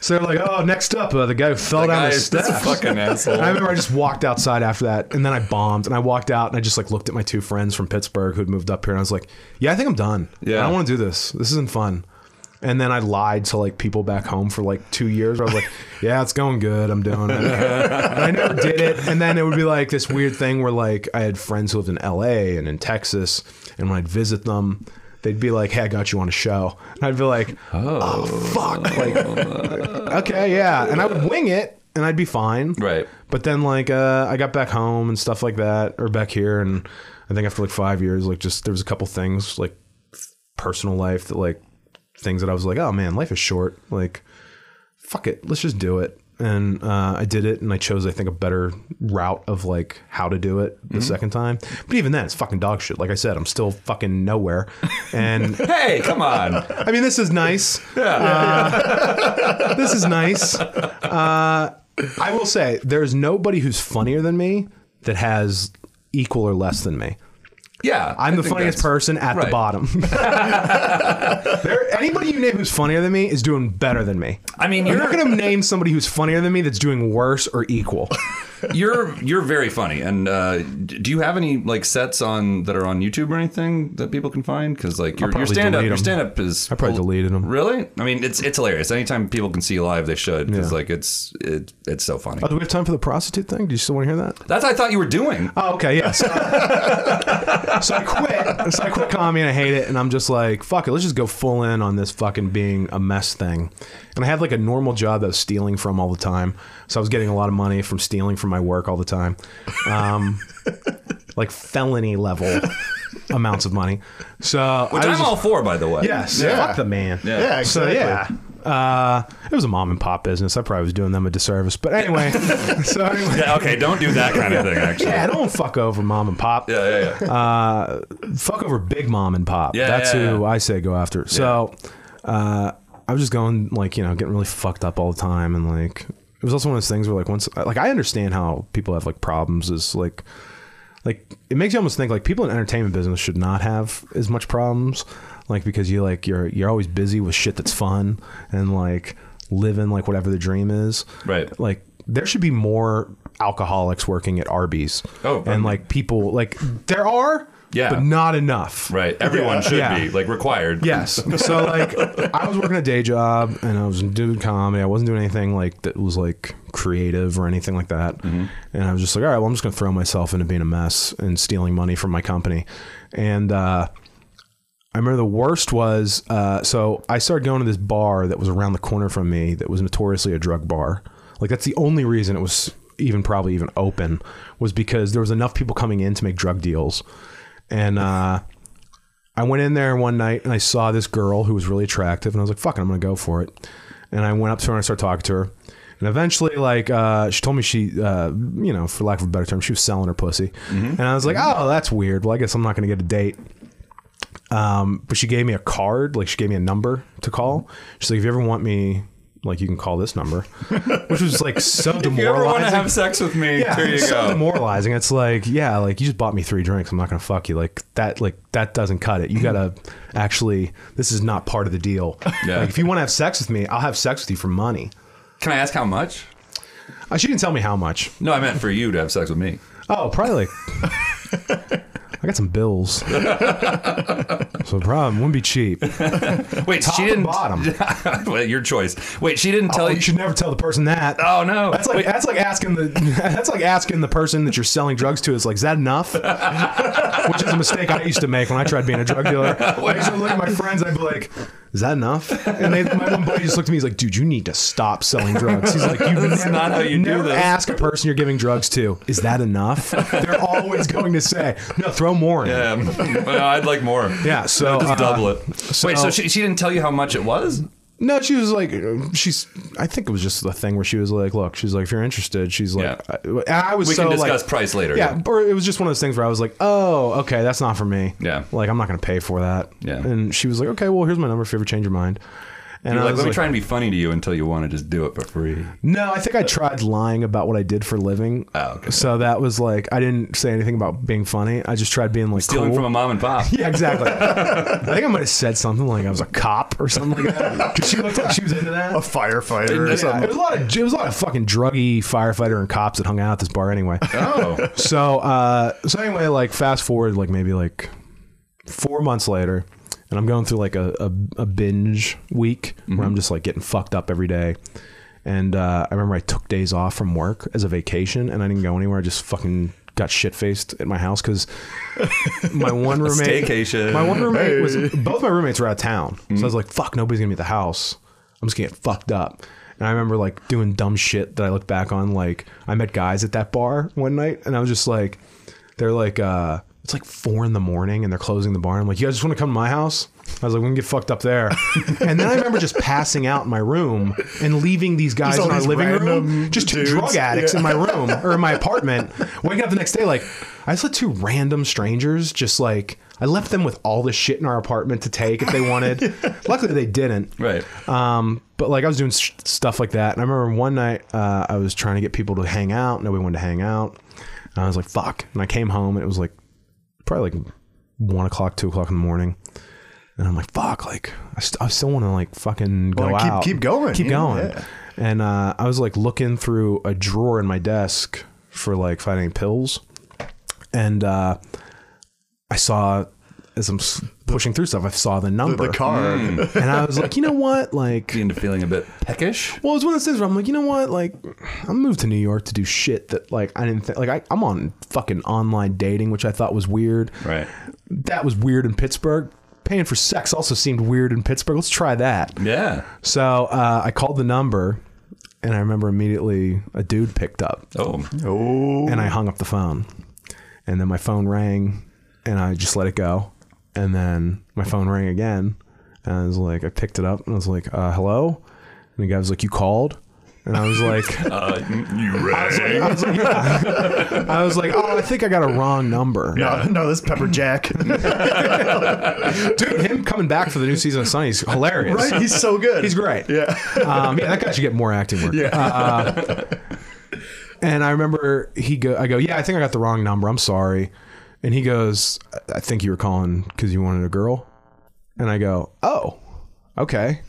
Speaker 1: So they're like, oh, next up, uh, the guy who fell down the
Speaker 2: Guys, this
Speaker 1: steps.
Speaker 2: fucking
Speaker 1: And I
Speaker 2: asshole.
Speaker 1: remember I just walked outside after that, and then I bombed, and I walked out, and I just like looked at my two friends from Pittsburgh who'd moved up here, and I was like, "Yeah, I think I'm done.
Speaker 2: Yeah.
Speaker 1: I don't want to do this. This isn't fun." And then I lied to like people back home for like two years. Where I was like, "Yeah, it's going good. I'm doing it." and I never did it. And then it would be like this weird thing where like I had friends who lived in L.A. and in Texas, and when I'd visit them. They'd be like, "Hey, I got you on a show," and I'd be like, "Oh, fuck!" Like, okay, yeah, and I would wing it, and I'd be fine.
Speaker 2: Right.
Speaker 1: But then like uh, I got back home and stuff like that, or back here, and I think after like five years, like just there was a couple things like personal life that like things that I was like, oh man, life is short. Like, fuck it, let's just do it. And uh, I did it, and I chose I think a better route of like how to do it the second time. But even then, it's fucking dog shit. Like I said, I'm still fucking nowhere, and
Speaker 2: Hey, come on!
Speaker 1: I mean, this is nice. Uh, this is nice. Uh, I will say, there's nobody who's funnier than me that has equal or less than me.
Speaker 2: Yeah,
Speaker 1: I'm
Speaker 2: I
Speaker 1: the
Speaker 2: think
Speaker 1: funniest
Speaker 2: that's-
Speaker 1: person at the
Speaker 2: right.
Speaker 1: bottom. there, anybody you name who's funnier than me is doing better than me.
Speaker 2: I mean,
Speaker 1: You're
Speaker 2: you're
Speaker 1: not going to name somebody who's funnier than me that's doing worse or equal.
Speaker 2: you're you're very funny. And uh, d- do you have any like sets on that are on YouTube or anything that people can find? Because like your, your
Speaker 1: probably
Speaker 2: stand up,
Speaker 1: delete
Speaker 2: your
Speaker 1: 'em.
Speaker 2: stand up is
Speaker 1: I probably deleted them.
Speaker 2: really. I mean, it's it's hilarious. Anytime people can see you live, they should because like it's it, it's so funny.
Speaker 1: Oh, do we have time for the prostitute thing? Do you still want to hear that?
Speaker 2: That's what I thought you were doing.
Speaker 1: Oh, okay, yeah. So, so I quit. So I quit comedy and I hate it. And I'm just like, fuck it, let's just go full in on this fucking being a mess thing. And I had like a normal job that I was stealing from all the time. So I was getting a lot of money from stealing from my work all the time. Um, like felony level amounts of money. So
Speaker 2: Which
Speaker 1: I
Speaker 2: I'm
Speaker 1: was
Speaker 2: all for, by the way.
Speaker 1: Yes.
Speaker 3: Yeah.
Speaker 1: Fuck the man.
Speaker 3: Yeah,
Speaker 1: So
Speaker 3: exactly.
Speaker 1: yeah, uh, it was a mom and pop business. I probably was doing them a disservice. But anyway, so anyway,
Speaker 2: Yeah, okay, don't do that kind of thing. Actually.
Speaker 1: yeah, Uh, don't fuck over mom and pop
Speaker 2: Yeah, yeah, yeah.
Speaker 1: fuck over big mom and pop.
Speaker 2: Yeah,
Speaker 1: That's
Speaker 2: yeah,
Speaker 1: who
Speaker 2: yeah.
Speaker 1: I say go after. So uh, I was just going like, you know, getting really fucked up all the time and like it was also one of those things where like once like I understand how people have like problems is like like it makes you almost think like people in entertainment business should not have as much problems like because you like you're you're always busy with shit that's fun and like living like whatever the dream is
Speaker 2: Right.
Speaker 1: like there should be more alcoholics working at Arby's
Speaker 2: Oh,
Speaker 1: and like people like there are
Speaker 2: Yeah.
Speaker 1: but not enough
Speaker 2: right. Everyone should
Speaker 1: Yeah.
Speaker 2: be like required.
Speaker 1: Yes. So like I was working a day job and I was doing comedy. I wasn't doing anything like that was like creative or anything like that. And I was just like, all right, well, I'm just gonna throw myself into being a mess and stealing money from my company. And uh, I remember the worst was uh, so I started going to this bar that was around the corner from me that was notoriously a drug bar. Like that's the only reason it was even probably even open was because there was enough people coming in to make drug deals. And uh, I went in there one night and I saw this girl who was really attractive, and I was like, "Fucking, I'm gonna go for it." And I went up to her and I started talking to her, and eventually, like, uh, she told me she, uh, you know, for lack of a better term, she was selling her pussy,
Speaker 2: Mm-hmm.
Speaker 1: and I was like, "Oh, that's weird. Well, I guess I'm not gonna get a date." Um, but she gave me a card, like she gave me a number to call. She's like, "If you ever want me." like you can call this number, which was like so demoralizing.
Speaker 2: If you ever want to have sex with me,
Speaker 1: yeah,
Speaker 2: here you
Speaker 1: it's so
Speaker 2: go.
Speaker 1: demoralizing. It's like, yeah, like you just bought me three drinks. I'm not gonna fuck you. Like that, like that doesn't cut
Speaker 2: Mm-hmm.
Speaker 1: it. You gotta actually. This is not part of the deal.
Speaker 2: Yeah.
Speaker 1: Like if you want to have sex with me, I'll have sex with you for money.
Speaker 2: Can I ask how much?
Speaker 1: Uh, she didn't tell me how much.
Speaker 2: No, I meant for you to have sex with me.
Speaker 1: Oh, probably like. I got some bills. so problem wouldn't be cheap.
Speaker 2: Wait,
Speaker 1: Top
Speaker 2: she
Speaker 1: and
Speaker 2: didn't.
Speaker 1: bottom.
Speaker 2: well, your choice. Wait, she didn't tell
Speaker 1: Oh,
Speaker 2: you.
Speaker 1: you should never tell the person that.
Speaker 2: oh no.
Speaker 1: That's like
Speaker 2: Wait,
Speaker 1: that's like asking the that's like asking the person that you're selling drugs to is like, is that enough? Which is a mistake I used to make when I tried being a drug dealer. I used to look at my friends, I'd be like, is that enough? And they, my one buddy just looked at me, he's like, dude, you need to stop selling drugs. He's like, you
Speaker 2: That's
Speaker 1: never,
Speaker 2: not how you do
Speaker 1: never
Speaker 2: this."
Speaker 1: ask a person you're giving drugs to, is that enough? They're always going to say, no, throw more. in."
Speaker 2: um, well, I'd like more.
Speaker 1: Yeah, so
Speaker 2: Just
Speaker 1: uh,
Speaker 2: double it.
Speaker 1: so-
Speaker 2: Wait, so she, she didn't tell you how much it was?
Speaker 1: No, she was like, uh, she's. I think it was just the thing where she was like, "Look, she's like, if you're interested, she's like."
Speaker 2: Yeah.
Speaker 1: I, and I was
Speaker 2: We
Speaker 1: so
Speaker 2: can discuss
Speaker 1: like,
Speaker 2: price later.
Speaker 1: Yeah, or it was just one of those things where I was like, "Oh, okay, that's not for me."
Speaker 2: Yeah.
Speaker 1: like I'm not gonna pay for that.
Speaker 2: Yeah.
Speaker 1: and she was like, "Okay, well, here's my number if you ever change your mind." And
Speaker 2: You're
Speaker 1: I
Speaker 2: like,
Speaker 1: was
Speaker 2: let me
Speaker 1: like,
Speaker 2: try and be funny to you until you want to just do it for free.
Speaker 1: "No, I think I tried lying about what I did for a living."
Speaker 2: Oh, okay.
Speaker 1: So that was like, I didn't say anything about being funny. I just tried being like
Speaker 2: Stealing
Speaker 1: cool.
Speaker 2: from a mom and pop.
Speaker 1: Yeah, exactly. I think I might have said something like I was a cop or something like that. Because she looked like she was into that.
Speaker 3: a firefighter
Speaker 2: Yeah.
Speaker 3: or
Speaker 1: Yeah,
Speaker 3: something.
Speaker 1: it was a lot of it was a lot of fucking druggy firefighter and cops that hung out at this bar anyway.
Speaker 2: Oh.
Speaker 1: so uh, so anyway, like fast forward like maybe like four months later, and I'm going through like a a, a binge week where I'm just like getting fucked up every day. And uh, I remember I took days off from work as a vacation, and I didn't go anywhere. I just fucking got shit faced at my house because my one roommate,
Speaker 2: staycation.
Speaker 1: my one roommate was both my roommates were out of town, so I
Speaker 3: Mm-hmm.
Speaker 1: was like, "Fuck, nobody's gonna be at the house. I'm just gonna get fucked up." And I remember like doing dumb shit that I look back on. Like I met guys at that bar one night, and I was just like, "They're like, uh, it's like four in the morning, and they're closing the bar." I'm like, "You guys just want to come to my house?" I was like, "We can get fucked up there." and then I remember just passing out in my room and leaving these guys
Speaker 3: Just all
Speaker 1: in our
Speaker 3: these
Speaker 1: living room,
Speaker 3: random
Speaker 1: just two
Speaker 3: dudes.
Speaker 1: drug addicts
Speaker 3: Yeah.
Speaker 1: in my room or in my apartment. Waking up the next day, like I just let two random strangers just like I left them with all the shit in our apartment to take if they wanted. Luckily, they didn't.
Speaker 2: Right.
Speaker 1: Um, but like I was doing sh- stuff like that, and I remember one night uh, I was trying to get people to hang out. Nobody wanted to hang out, and I was like, "Fuck!" And I came home, and it was like probably like one o'clock, two o'clock in the morning. And I'm like, fuck, like, I, st- I still want to, like, fucking go
Speaker 3: Wanna keep-
Speaker 1: out.
Speaker 3: keep going,
Speaker 1: Keep
Speaker 3: yeah,
Speaker 1: going.
Speaker 3: yeah.
Speaker 1: And uh, I was, like, looking through a drawer in my desk for, like, finding pills. And uh, I saw, as I'm s- pushing through stuff, I saw the number.
Speaker 3: The car.
Speaker 1: and I was like, you know what? Like,
Speaker 2: Into feeling a bit peckish.
Speaker 1: well, it's one of those things where I'm like, you know what? Like, I moved to New York to do shit that, like, I didn't think, like, I, I'm on fucking online dating, which I thought was weird
Speaker 2: Right.
Speaker 1: that was weird in Pittsburgh. Paying for sex also seemed weird in Pittsburgh. Let's try that.
Speaker 2: Yeah.
Speaker 1: So uh, I called the number, and I remember immediately a dude picked up,
Speaker 2: Oh.
Speaker 3: Oh,
Speaker 1: and I hung up the phone. And then my phone rang, and I just let it go. And then my phone rang again, and I was like, I picked it up, and I was like, uh, hello? And the guy was like, you called? And I was like,
Speaker 2: Uh, you right.
Speaker 1: I was like, uh. yeah. I was like, oh, I think I got a wrong number.
Speaker 3: no, no, this is Pepper Jack.
Speaker 1: Dude, him coming back for the new season of Sunny is hilarious.
Speaker 3: right? He's so good.
Speaker 1: He's great.
Speaker 3: Yeah.
Speaker 1: um, yeah, that guy should get more acting work. Yeah. and I remember he go, I go, yeah, I think I got the wrong number. I'm sorry. And he goes, "I- I think you were calling because you wanted a girl. And I go, oh, okay.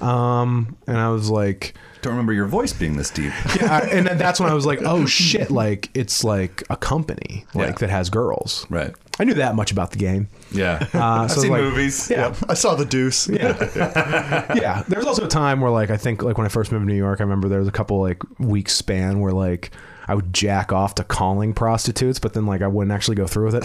Speaker 1: Um, and I was like,
Speaker 2: Don't remember your voice being this deep.
Speaker 1: yeah, I, and then that's when I was like, oh shit, like it's like a company like
Speaker 2: Yeah.
Speaker 1: that has girls.
Speaker 2: Right.
Speaker 1: I knew that much about the game.
Speaker 2: Yeah.
Speaker 1: Uh,
Speaker 2: I've
Speaker 1: so
Speaker 2: seen
Speaker 1: like-
Speaker 2: movies.
Speaker 1: Yeah,
Speaker 3: I saw the deuce.
Speaker 1: yeah. yeah. There was also a time where like I think like when I first moved to New York, I remember there was a couple like week span where like I would jack off to calling prostitutes, but then like I wouldn't actually go through with it.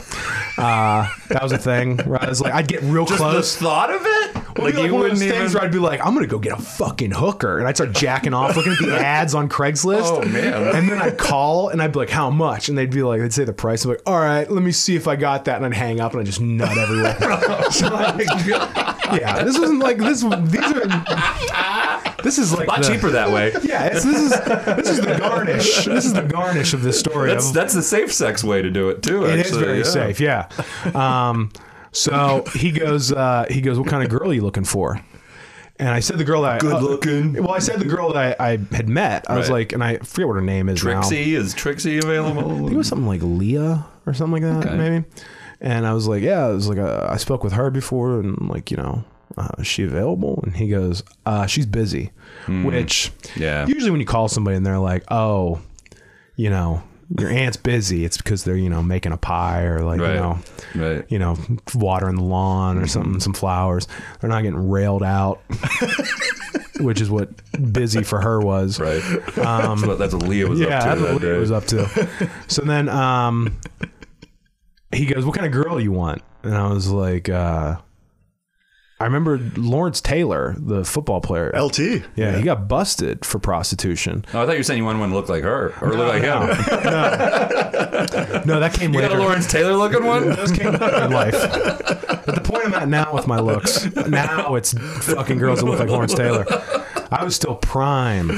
Speaker 1: Uh, that was a thing. Right? I was like, I'd get real close.
Speaker 2: The thought of it?
Speaker 1: It'd be, like, one of those things where I'd be like, I'm gonna go get a fucking hooker, and I'd start jacking off, looking at the ads on Craigslist.
Speaker 2: Oh, man.
Speaker 1: And then I'd call, and I'd be like, "How much?" And they'd be like, "They'd say the price." I'm like, "All right, let me see if I got that," and I'd hang up, and I would just nut everywhere. So, like, yeah, this isn't like this. These are this is like
Speaker 2: a lot
Speaker 1: the-
Speaker 2: cheaper that way.
Speaker 1: Yeah, it's, this is this is the garnish. This is the garnish of this story.
Speaker 2: That's
Speaker 1: of-
Speaker 2: that's the safe sex way to do it too.
Speaker 1: it is
Speaker 2: actually.
Speaker 1: very
Speaker 2: yeah.
Speaker 1: safe, yeah. Um, so he goes, uh, he goes, what kind of girl are you looking for? And I said the girl that uh, I-
Speaker 3: Good looking.
Speaker 1: Well, I said the girl that I, I had met. I was
Speaker 2: Right.
Speaker 1: like, and I forget what her name is now.
Speaker 2: Trixie is Trixie
Speaker 1: I think it
Speaker 2: available?
Speaker 1: was something like Leah or something like that,
Speaker 2: Okay.
Speaker 1: maybe. And I was like, yeah, I was like, uh, I spoke with her before, and like, you know, uh, is she available? And he goes, uh, she's busy. Which,
Speaker 2: Hmm. Yeah.
Speaker 1: usually when you call somebody and they're like, oh, you know, your aunt's busy, it's because they're you know making a pie or like
Speaker 2: Right.
Speaker 1: you know,
Speaker 2: Right.
Speaker 1: you know, watering the lawn or something, some flowers. They're not getting railed out. Which is what busy for her was
Speaker 2: Right. that's, what, that's what Leah was
Speaker 1: yeah,
Speaker 2: up to.
Speaker 1: that's
Speaker 2: that
Speaker 1: what Lee
Speaker 2: day.
Speaker 1: was up to. so then um, he goes, "What kind of girl do you want?" And I was like, uh, "I remember Lawrence Taylor, the football player.
Speaker 3: LT.
Speaker 1: yeah, he got busted for prostitution.
Speaker 2: Oh, I thought you were saying you wanted one to look like her or look like him.
Speaker 1: No, that came
Speaker 2: You
Speaker 1: later.
Speaker 2: got a Lawrence Taylor looking one?
Speaker 1: Those came later in life. But the point I'm at now with my looks, now it's fucking girls that look like Lawrence Taylor. I was still prime.
Speaker 3: He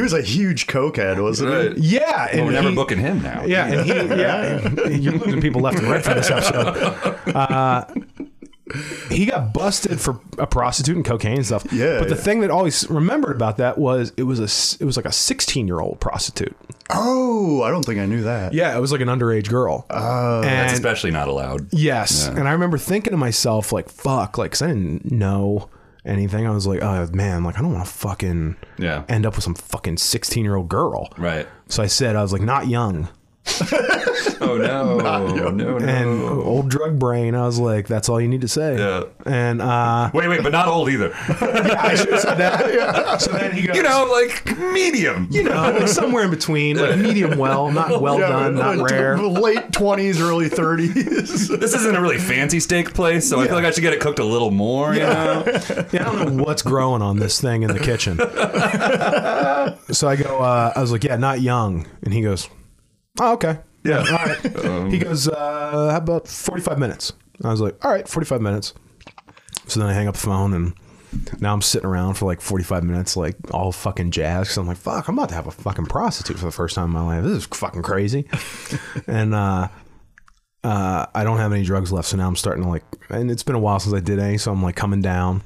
Speaker 3: was a huge cokehead, wasn't
Speaker 2: Right.
Speaker 3: he?
Speaker 1: Yeah, and
Speaker 2: Well, we're never
Speaker 1: he-
Speaker 2: booking him now.
Speaker 1: Yeah, and he, yeah, you're losing people left and right for this episode. Uh, he got busted for a prostitute and cocaine and stuff.
Speaker 3: Yeah,
Speaker 1: but the
Speaker 3: yeah.
Speaker 1: thing that I always remembered about that was it was a s- it was like a 16 year old prostitute.
Speaker 3: Oh, I don't think I knew that.
Speaker 1: Yeah, it was like an underage girl. Oh,
Speaker 2: That's especially not allowed.
Speaker 1: Yes. And I remember thinking to myself, like, fuck, like, 'cause I didn't know anything. I was like, oh, man, like, I don't want to fucking
Speaker 2: Yeah.
Speaker 1: end up with some fucking 16 year old girl.
Speaker 2: Right.
Speaker 1: So I said, I was like, not young.
Speaker 2: Oh no. no, no.
Speaker 1: And old drug brain, I was like, that's all you need to say.
Speaker 2: Oh. Yeah.
Speaker 1: And uh,
Speaker 2: wait, wait, but not old either.
Speaker 1: I should have said that. So then he goes,
Speaker 2: You know, like medium.
Speaker 1: you know, like somewhere in between, like medium well, not well
Speaker 3: Yeah,
Speaker 1: done, not
Speaker 3: like,
Speaker 1: rare.
Speaker 3: Late twenties, early thirties.
Speaker 2: This isn't a really fancy steak place, so I feel like I should get it cooked a little more. You know?
Speaker 1: Yeah, I don't know what's growing on this thing in the kitchen. so I go, uh, I was like, yeah, not young. And he goes, oh, okay.
Speaker 2: Yeah.
Speaker 1: All right. he goes, uh, how about 45 minutes? I was like, all right, 45 minutes. So then I hang up the phone and now I'm sitting around for like 45 minutes, like all fucking jazzed. Cause I'm like, fuck, I'm about to have a fucking prostitute for the first time in my life. This is fucking crazy. and, uh, uh, I don't have any drugs left, so now I'm starting to like, and it's been a while since I did any, so I'm like coming down,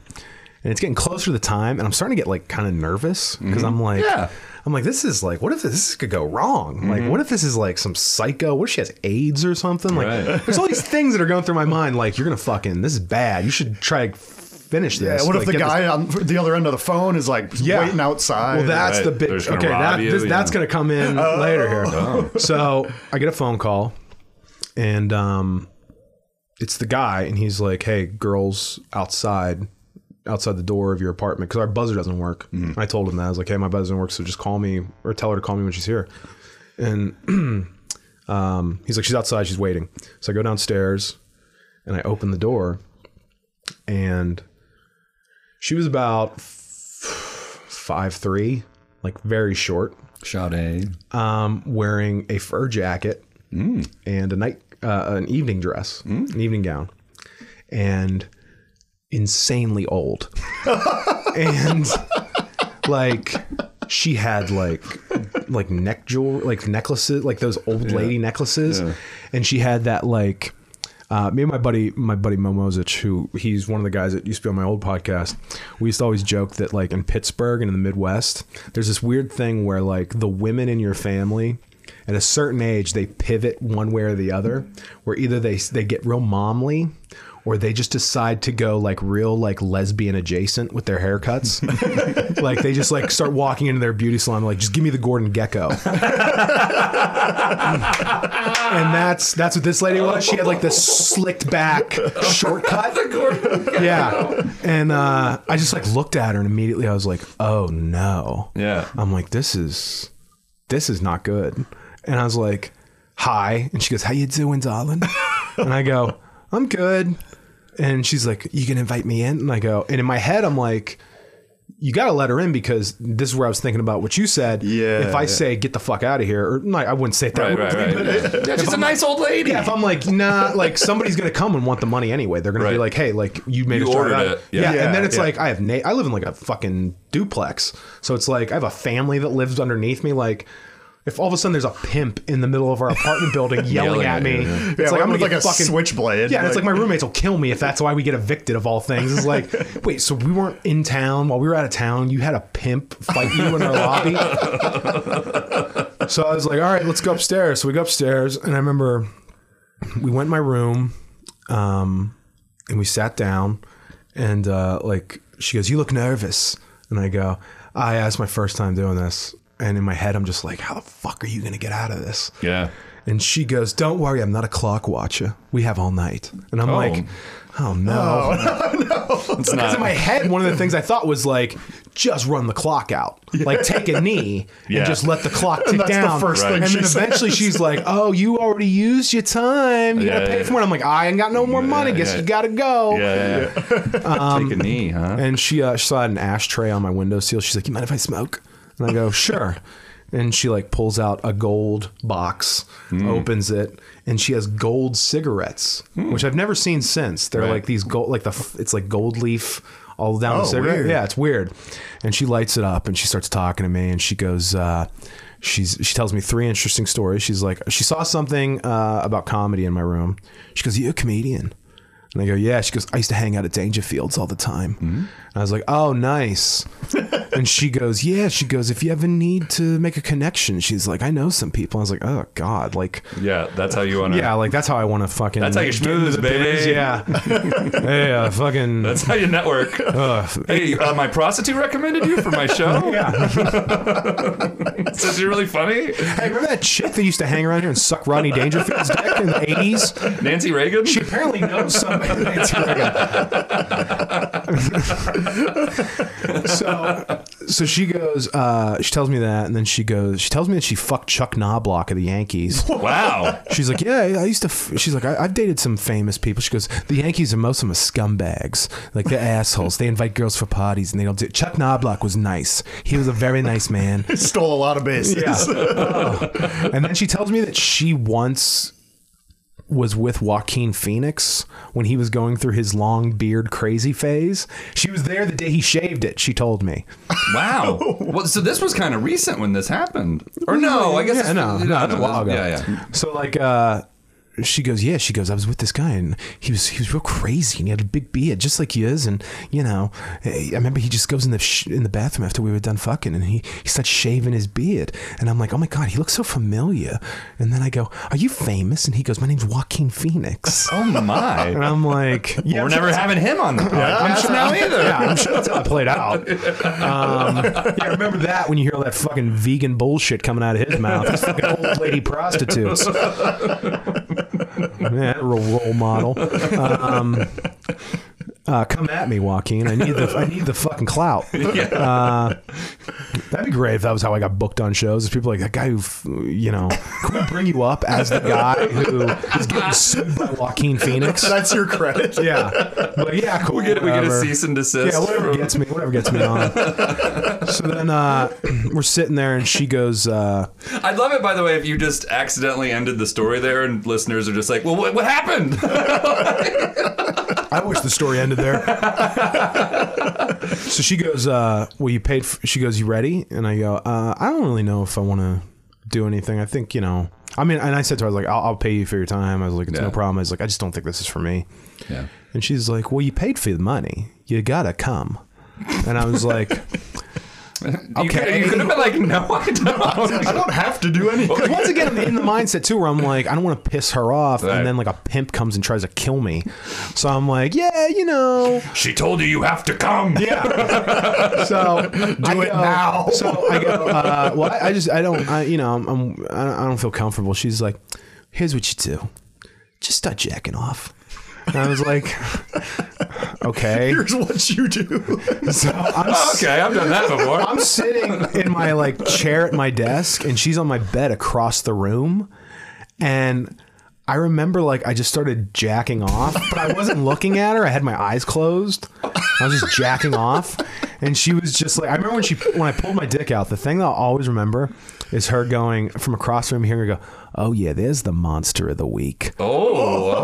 Speaker 1: and it's getting closer to the time, and I'm starting to get like kind of nervous because I'm
Speaker 3: Mm-hmm.
Speaker 1: like,
Speaker 2: Yeah.
Speaker 1: I'm like, this is like, what if this could go wrong? Like,
Speaker 3: Mm-hmm.
Speaker 1: what if this is like some psycho? What if she has AIDS or something? Like,
Speaker 2: Right.
Speaker 1: there's all these things that are going through my mind. Like, you're gonna fucking, this is bad. You should try to finish
Speaker 3: Yeah,
Speaker 1: this.
Speaker 3: what if
Speaker 1: Like,
Speaker 3: the
Speaker 1: get this-
Speaker 3: guy on the other end of the phone is like
Speaker 1: Yeah.
Speaker 3: waiting outside?
Speaker 1: well, that's
Speaker 2: Right.
Speaker 1: the big.
Speaker 2: They're just gonna
Speaker 1: Okay,
Speaker 2: rob
Speaker 1: that,
Speaker 2: you,
Speaker 1: this,
Speaker 2: you
Speaker 1: that's
Speaker 2: know. Oh.
Speaker 1: going to come in later here. So I get a phone call, and um, it's the guy, and he's like, "Hey, girls outside, outside the door of your apartment, because our buzzer doesn't work."
Speaker 2: Mm.
Speaker 1: I told him that I was like, "Hey, my buzzer doesn't work, so just call me or tell her to call me when she's here." And um, he's like, "She's outside, she's waiting." So I go downstairs, and I open the door, and she was about five three, like very short,
Speaker 2: Sade.
Speaker 1: um, wearing a fur jacket and a night, uh, an evening dress, an evening gown, and insanely old, and like she had like like neck jewel, like necklaces, like those old lady necklaces, and she had that like. Uh, me and my buddy, my buddy Mo Mozich, who he's one of the guys that used to be on my old podcast. We used to always joke that like in Pittsburgh and in the Midwest, there's this weird thing where like the women in your family at a certain age they pivot one way or the other, where either they they get real momly or they just decide to go like real like lesbian adjacent with their haircuts. like they just like start walking into their beauty salon like just give me the Gordon Gecko. and that's that's what this lady was. She had like this slicked back shortcut. yeah. And uh, I just like looked at her and immediately I was like, "Oh no."
Speaker 2: Yeah.
Speaker 1: I'm like, this is this is not good. And I was like, hi. And she goes, How you doing, darling? and I go, I'm good. And she's like, You gonna invite me in? And I go, and in my head, I'm like, you gotta let her in because this is where I was thinking about what you said.
Speaker 3: Yeah,
Speaker 1: If I
Speaker 3: yeah.
Speaker 1: say get the fuck out of here, or no, I wouldn't say it that
Speaker 2: Right,
Speaker 1: way.
Speaker 2: right, right. Yeah, she's a nice old lady.
Speaker 1: Yeah, if I'm like, nah, like somebody's gonna come and want the money anyway. They're gonna be
Speaker 2: Right.
Speaker 1: like, hey, like you made
Speaker 2: You
Speaker 1: us try
Speaker 2: ordered
Speaker 1: out.
Speaker 2: it.
Speaker 1: Yeah.
Speaker 2: Yeah.
Speaker 1: and then it's
Speaker 3: Yeah.
Speaker 1: like I have na- I live in like a fucking duplex, so it's like I have a family that lives underneath me. Like If all of a sudden there's a pimp in the middle of our apartment building yelling
Speaker 2: Yelling
Speaker 1: at
Speaker 2: at
Speaker 1: me,
Speaker 2: you, yeah.
Speaker 1: it's
Speaker 3: Yeah,
Speaker 1: like
Speaker 3: what
Speaker 1: I'm
Speaker 3: with,
Speaker 1: gonna
Speaker 3: like
Speaker 1: get
Speaker 3: a
Speaker 1: fucking
Speaker 3: switchmates.
Speaker 1: Yeah, and it's like my roommates will kill me if that's why we get evicted of all things. It's like, wait, so we weren't in town while we were out of town. You had a pimp fight you in our lobby. so I was like, all right, let's go upstairs. So we go upstairs, and I remember we went in my room, um, and we sat down, and uh, like she goes, "You look nervous," and I go, "I yeah, it's my first time doing this." And in my head, I'm just like, "How the fuck are you gonna get out of this?"
Speaker 2: Yeah.
Speaker 1: And she goes, "Don't worry, I'm not a clock watcher. We have all night." And I'm like, "Oh no!"
Speaker 2: It's
Speaker 1: Because
Speaker 2: not.
Speaker 1: in my head, one of the things I thought was like, "Just run the clock out. Like take a knee
Speaker 2: Yeah.
Speaker 1: and just let the clock tick
Speaker 3: that's the
Speaker 1: down."
Speaker 3: first thing
Speaker 1: and
Speaker 3: she
Speaker 1: then eventually
Speaker 3: says.
Speaker 1: she's like, "Oh, you already used your time. You gotta
Speaker 2: Yeah,
Speaker 1: pay
Speaker 2: yeah.
Speaker 1: for it." I'm like, "I ain't got no more money.
Speaker 2: Yeah,
Speaker 1: Guess
Speaker 2: yeah.
Speaker 1: you gotta go."
Speaker 2: yeah, yeah, Um, yeah. Take a knee, huh?
Speaker 1: And she uh, she saw an ashtray on my windowsill. She's like, "You mind if I smoke?" And I go, "Sure." And she like pulls out a gold box, opens it, and she has gold cigarettes, which I've never seen since. They're like these gold, like the f- it's like gold leaf all down the
Speaker 3: Oh,
Speaker 1: cigarette.
Speaker 3: weird.
Speaker 1: Yeah, it's weird. And she lights it up, and she starts talking to me, and she goes. Uh, She's, she tells me three interesting stories. She's like, she saw something uh, about comedy in my room. She goes, "You a comedian?" And I go, yeah. She goes, I used to hang out at Dangerfields all the time.
Speaker 2: Mm-hmm.
Speaker 1: And I was like, oh, nice. and she goes, yeah. She goes, if you ever need to make a connection, she's like, I know some people. I was like, oh, God. Like,
Speaker 2: yeah, that's how you want to.
Speaker 1: yeah, like that's how I want to fucking.
Speaker 2: Uh, That's how you
Speaker 1: get into
Speaker 2: schmooze,
Speaker 1: the biz.
Speaker 2: baby.
Speaker 1: Yeah. hey, uh, fucking.
Speaker 2: That's how you network. hey, uh, my prostitute recommended you for my show.
Speaker 1: yeah.
Speaker 2: Says you're really funny.
Speaker 1: Hey, remember that chick that used to hang around here and suck Rodney Dangerfield's dick in the 80s?
Speaker 2: Nancy Reagan.
Speaker 1: She apparently knows somebody. That's right. so, so she goes. Uh, she tells me that, and then she goes. She tells me that she fucked Chuck Knoblock of the Yankees.
Speaker 2: wow.
Speaker 1: She's like, yeah, I used to. F-. She's like, I- I've dated some famous people. She goes, the Yankees are most of them are scumbags, like they're assholes. They invite girls for parties and they don't do. Chuck Knoblock was nice. He was a very nice man.
Speaker 3: stole a lot of bases.
Speaker 1: Oh. and then she tells me that she once was with Joaquin Phoenix when he was going through his long beard crazy phase. She was there the day he shaved it, she told me.
Speaker 2: Wow. Well, so this was kind of recent when this happened, or no? I guess
Speaker 1: Yeah, no, no, that's a while ago.
Speaker 2: Yeah, yeah.
Speaker 1: So like uh she goes, yeah. She goes, I was with this guy, and he was he was real crazy, and he had a big beard, just like he is. And you know, eh, I I remember he just goes in the sh- in the bathroom after we were done fucking, and he he starts shaving his beard, and I'm like, oh my god, he looks so familiar. And then I go, are you famous? And he goes, my name's Joaquin Phoenix.
Speaker 2: Oh my.
Speaker 1: And I'm like,
Speaker 2: We're never having him on the podcast now either.
Speaker 1: yeah, I'm sure that's how it played out. Um, yeah, remember that when you hear all that fucking vegan bullshit coming out of his mouth. These fucking old lady prostitutes. Yeah, real role model. Um, uh, come at me, Joaquin. I need the I need the fucking clout. Uh, that'd be great if that was how I got booked on shows. Is people like that guy who, f- you know, can we bring you up as the guy who is getting sued by Joaquin Phoenix?
Speaker 3: That's your credit.
Speaker 1: yeah. But yeah, cool.
Speaker 2: We get we get a
Speaker 1: whatever.
Speaker 2: cease and desist.
Speaker 1: Yeah, whatever
Speaker 2: from-
Speaker 1: gets me, whatever gets me on. so then uh, we're sitting there, and she goes, uh,
Speaker 2: I'd love it, by the way, if you just accidentally ended the story there, and listeners are just like, "Well, what, what happened?"
Speaker 1: "I wish the story ended there." so she goes, uh, "Well, you paid." For, she goes, "You ready?" And I go, uh, "I don't really know if I want to do anything. I think you know." I mean, and I said to her, I was like, I'll, I'll pay you for your time. I was like, it's no
Speaker 2: Yeah.
Speaker 1: problem. I was like, I just don't think this is for me.
Speaker 2: Yeah.
Speaker 1: And she's like, well, you paid for the money. You gotta come. And I was like,
Speaker 2: You
Speaker 1: Okay.
Speaker 2: could, you could have been like, "No, I don't."
Speaker 3: I don't have to do anything.
Speaker 1: once again, I'm in the mindset too, where I'm like, I don't want to piss her off,
Speaker 2: Right.
Speaker 1: and then like a pimp comes and tries to kill me. So I'm like, yeah, you know,
Speaker 2: She told you you have to come.
Speaker 1: so do
Speaker 3: it now.
Speaker 1: So I go, uh, well, I, I just, I don't, I, you know, I'm, I'm, I don't- I don't feel comfortable. She's like, here's what you do, just start jacking off. And I was like, okay.
Speaker 3: Here's what you do.
Speaker 1: So I'm
Speaker 2: Okay, I've done that before.
Speaker 1: I'm sitting in my like chair at my desk, and she's on my bed across the room, and I remember like I just started jacking off, but I wasn't looking at her. I had my eyes closed. I was just jacking off, and she was just like, I remember when she when I pulled my dick out. The thing that I'll always remember is her going from across the room, hearing her go, "Oh yeah, there's the monster of the week."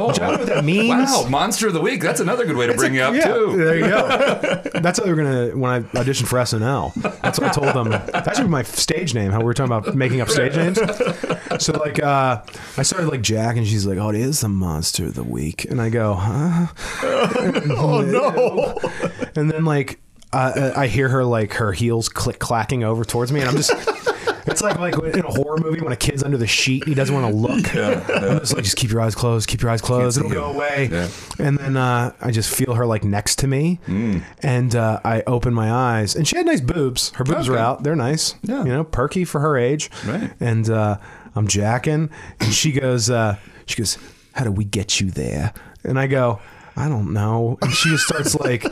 Speaker 2: Oh,
Speaker 1: I don't know what that means.
Speaker 2: wow, monster of the week. That's another good way to bring you up
Speaker 1: Yeah,
Speaker 2: too.
Speaker 1: there you go. That's how they were gonna when I auditioned for SNL. That's what I told them. That should be my stage name. How we were talking about making up stage names. So like, uh, I started like Jack, and she's like, "Oh, it is the monster of the week," and I go, "Huh?"
Speaker 3: Oh no!
Speaker 1: And then like, uh, I hear her like her heels click clacking over towards me, and I'm just. It's like like in a horror movie when a kid's under the sheet and he doesn't want to look. I'm just like, just keep your eyes closed, keep your eyes closed. It'll
Speaker 2: see
Speaker 1: go
Speaker 2: him.
Speaker 1: away.
Speaker 2: Yeah.
Speaker 1: And then uh, I just feel her like next to me,
Speaker 2: Mm.
Speaker 1: and uh, I open my eyes, and she had nice boobs. Her boobs were
Speaker 2: Okay.
Speaker 1: out; they're nice,
Speaker 2: Yeah.
Speaker 1: you know, perky for her age.
Speaker 2: Right.
Speaker 1: And uh, I'm jacking, and she goes, uh, she goes, "How do we get you there?" And I go. I don't know. And she just starts like,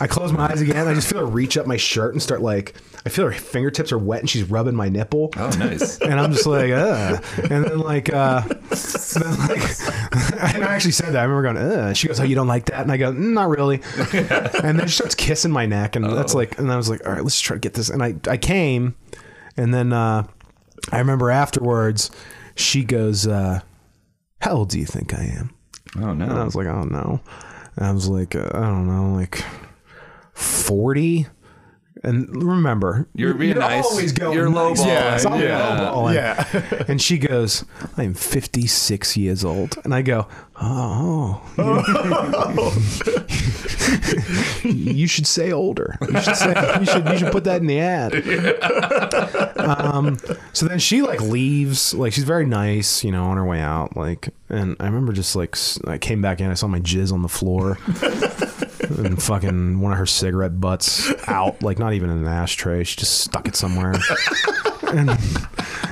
Speaker 1: I close my eyes again. I just feel her reach up my shirt and start like, I feel her fingertips are wet and she's rubbing my nipple
Speaker 2: Oh, nice.
Speaker 1: and I'm just like, Ugh. and then like, uh, then like, and I actually said that. I remember going, Ugh. she goes, "Oh, you don't like that?" And I go, "Mm, "Not really." and then she starts kissing my neck, and that's
Speaker 2: Oh.
Speaker 1: like, and I was like, "All right, let's try to get this." And I, I came, and then uh, I remember afterwards, she goes, uh, "How old do you think I am?"
Speaker 2: Oh
Speaker 1: And I
Speaker 2: no.
Speaker 1: was like, I don't know. And I was like, uh, I don't know, like 40. And remember,
Speaker 2: You're being nice.
Speaker 1: Always going
Speaker 2: You're
Speaker 1: nice.
Speaker 2: lowballing.
Speaker 1: Yes, I'm
Speaker 2: Yeah.
Speaker 1: lowballing.
Speaker 3: Yeah.
Speaker 1: and she goes, I am 56 years old. And I go, Oh. you should say older. You should, say, you should, you should put that in the ad. Um, so then she like leaves. Like she's very nice, you know, on her way out. Like, and I remember just like, s- I came back in, I saw my jizz on the floor. And fucking one of her cigarette butts out, like not even in an ashtray. She just stuck it somewhere. and, and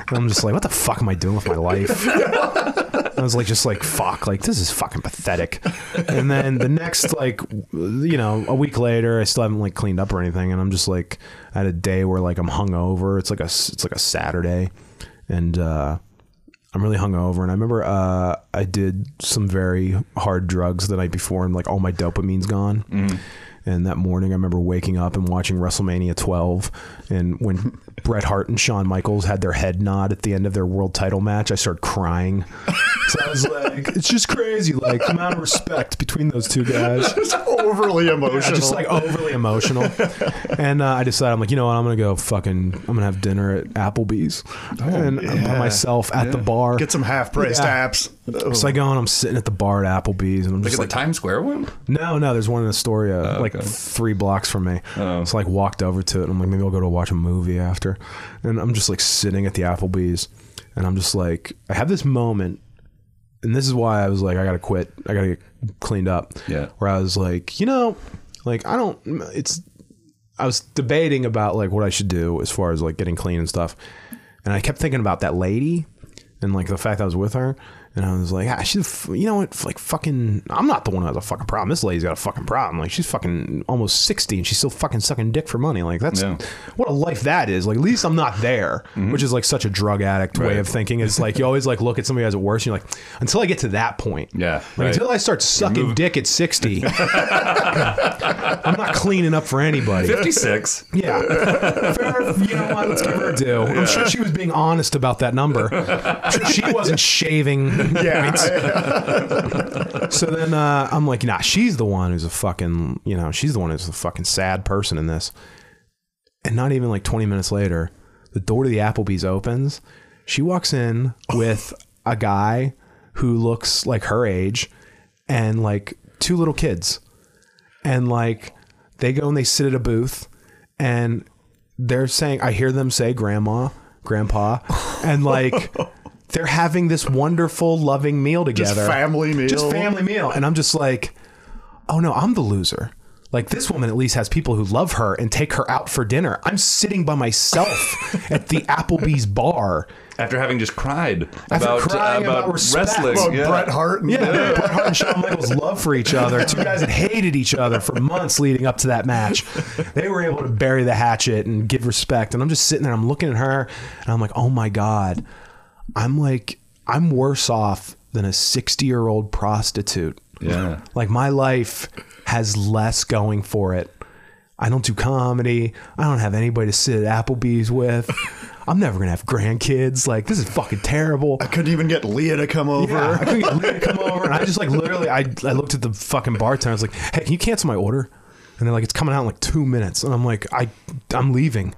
Speaker 1: I'm just like, what the fuck am I doing with my life? I was like, just like, fuck, like, this is fucking pathetic. And then the next, like, w- you know, a week later, I still haven't like cleaned up or anything. And I'm just like, I had a day where like I'm hungover. It's like a, s- it's like a Saturday. And, uh, I'm really hungover, and I remember uh, I did some very hard drugs the night before, and like all my dopamine's gone.
Speaker 3: Mm-hmm.
Speaker 1: And that morning, I remember waking up and watching WrestleMania 12, and when Bret Hart and Shawn Michaels had their head nod at the end of their world title match, I started crying. so I was like, "It's just crazy, like the amount of respect between those two guys."
Speaker 3: It's overly emotional.
Speaker 1: just like overly emotional. and uh, I decided, I'm like, you know what? I'm gonna go fucking. I'm gonna have dinner at Applebee's and I'm by
Speaker 3: Oh, yeah.
Speaker 1: myf at the bar.
Speaker 3: Get some half price
Speaker 1: Yeah.
Speaker 3: apps.
Speaker 1: So I go and I'm sitting at the bar at Applebee's and I'm
Speaker 2: Look
Speaker 1: just
Speaker 2: at the
Speaker 1: like,
Speaker 2: Times Square one.
Speaker 1: no, no, there's one in Astoria, like
Speaker 2: okay. Oh.
Speaker 1: three blocks from me. So I like walked over to it and I'm like, maybe I'll go to watch a movie after. And I'm just like sitting at the Applebee's and I'm just like, I have this moment. And this is why I was like, I gotta quit. I gotta get cleaned up.
Speaker 2: Yeah.
Speaker 1: Where I was like, you know, like I don't. It's. I was debating about like what I should do as far as like getting clean and stuff, and I kept thinking about that lady, and like the fact I was with her, and I was like, ah, she's. f- You know what? f- Like fucking. I'm not the one who has a fucking problem. This lady's got a fucking problem. Like she's fucking almost sixty and she's still fucking sucking dick for money. Like that's
Speaker 2: Yeah. Mm-hmm.
Speaker 1: what a life that is. Like at least I'm not there, which is like such a drug addict way
Speaker 2: Right.
Speaker 1: of thinking. Is like you always like look at somebody who has it worse, and you're like, until I get to that point,
Speaker 2: Yeah,
Speaker 1: like,
Speaker 2: right.
Speaker 1: until I start sucking dick at 60, I'm not cleaning up for anybody.
Speaker 2: Fifty six.
Speaker 1: Yeah. Fair, you know what? Let's give her a due. I'm sure she was being honest about that number. I'm sure she wasn't shaving.
Speaker 3: Yeah.
Speaker 1: So then uh, I'm like, nah, she's the one who's a fucking, you know, she's the one who's a fucking sad person in this. And not even like 20 minutes later, the door to the Applebee's opens. She walks in
Speaker 3: Oh.
Speaker 1: with a guy who looks like her age and like two little kids. And like they go and they sit at a booth and they're saying, I hear them say grandma, grandpa, and like they're having this wonderful, loving meal together.
Speaker 3: family meal.
Speaker 1: Just family meal. And I'm just like, oh no, I'm the loser. Like this woman at least has people who love her and take her out for dinner. I'm sitting by myself at the Applebee's bar.
Speaker 2: After having just cried
Speaker 1: After
Speaker 2: about uh,
Speaker 1: crying
Speaker 2: about,
Speaker 1: about respect.
Speaker 2: wrestling.
Speaker 3: About
Speaker 2: yeah.
Speaker 3: Bret Hart. And
Speaker 1: Yeah, Bret Hart and Shawn Michaels' love for each other. Two guys that hated each other for months leading up to that match. They were able to bury the hatchet and give respect. And I'm just sitting there, I'm looking at her, and I'm like, oh my God. I'm like, I'm worse off than a 60 year old prostitute.
Speaker 2: Yeah.
Speaker 1: Like my life has less going for it. I don't do comedy. I don't have anybody to sit at Applebee's with. I'm never gonna have grandkids. Like this is fucking terrible.
Speaker 3: I couldn't even get Leah to come over.
Speaker 1: Yeah, I couldn't get Leah to come over, and I just like literally, I, I looked at the fucking bartender. I was like, "Hey, can you cancel my order?" And they're like, "It's coming out in like two minutes," and I'm like, "I, I'm leaving."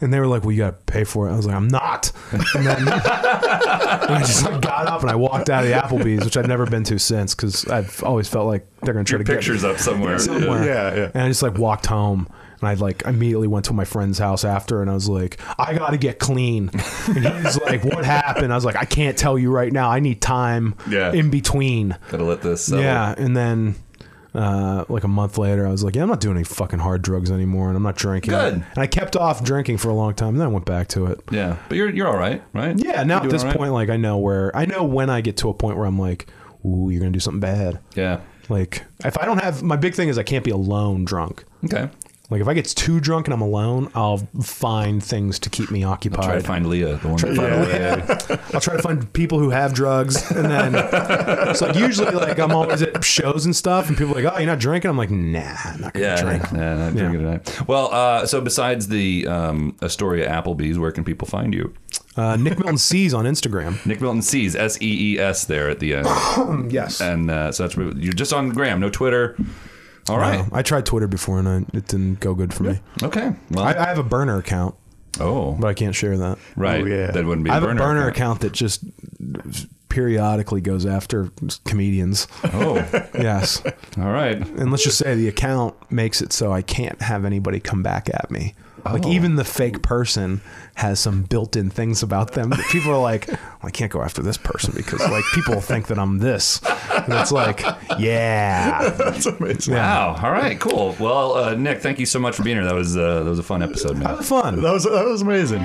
Speaker 1: And they were like, "Well, you gotta pay for it." I was like, "I'm not." And then and I just like got up and I walked out of the Applebee's, which I've never been to since, because I've always felt like they're gonna try to get me
Speaker 2: Pictures up somewhere.
Speaker 1: somewhere.
Speaker 3: Yeah, yeah.
Speaker 1: And I just like walked home. And I like immediately went to my friend's house after, and I was like, "I gotta get clean." And he's like, "What happened?" I was like, "I can't tell you right now. I need time
Speaker 2: Yeah.
Speaker 1: in between."
Speaker 2: Gotta let this. settle.
Speaker 1: Yeah, and then uh, like a month later, I was like, "Yeah, I'm not doing any fucking hard drugs anymore, and I'm not drinking."
Speaker 2: Good.
Speaker 1: And I kept off drinking for a long time, and then I went back to it.
Speaker 2: Yeah, but you're you're all right, right?
Speaker 1: Yeah, now
Speaker 2: You're
Speaker 1: at this
Speaker 2: doing all right?
Speaker 1: point, like I know where I know when I get to a point where I'm like, "Ooh, you're gonna do something bad."
Speaker 2: Yeah.
Speaker 1: Like if I don't have my big thing is I can't be alone drunk.
Speaker 2: Okay.
Speaker 1: Like if I get too drunk and I'm alone, I'll find things to keep me occupied.
Speaker 2: Try to find Leah, the one that found Leah.
Speaker 1: I'll try to find people who have drugs, and then it's like usually like I'm always at shows and stuff, and people are like, "Oh, you're not drinking?" I'm like, "Nah, I'm not gonna
Speaker 2: Yeah,
Speaker 1: drink."
Speaker 2: yeah, not drinking tonight. Well, uh, so besides the um, Astoria Applebee's, where can people find you?
Speaker 1: Uh, Nick Milton sees on Instagram.
Speaker 2: Nick Milton C's S E E S there at the end,
Speaker 1: Yes.
Speaker 2: and uh, so that's you're just on Graham, no Twitter. All right,
Speaker 1: I tried Twitter before and I, it didn't go good for me.
Speaker 2: okay. Well,
Speaker 1: I, I have a burner account,
Speaker 2: oh,
Speaker 1: but I can't share that.
Speaker 2: right,
Speaker 3: Oh, yeah.
Speaker 2: that wouldn't be.
Speaker 1: I have
Speaker 2: burner
Speaker 1: a burner account that just periodically goes after comedians.
Speaker 2: Oh,
Speaker 1: yes.
Speaker 2: all right.
Speaker 1: and let's just say the account makes it so I can't have anybody come back at me. Like even the fake person has some built-in things about them. that People are like, well, I can't go after this person because like people think that I'm this. And it's like, yeah,
Speaker 3: That's amazing.
Speaker 2: Wow. All right. Cool. Well, uh, Nick, thank you so much for being here. That was uh, that was a fun episode, man.
Speaker 1: fun.
Speaker 3: That was that was amazing.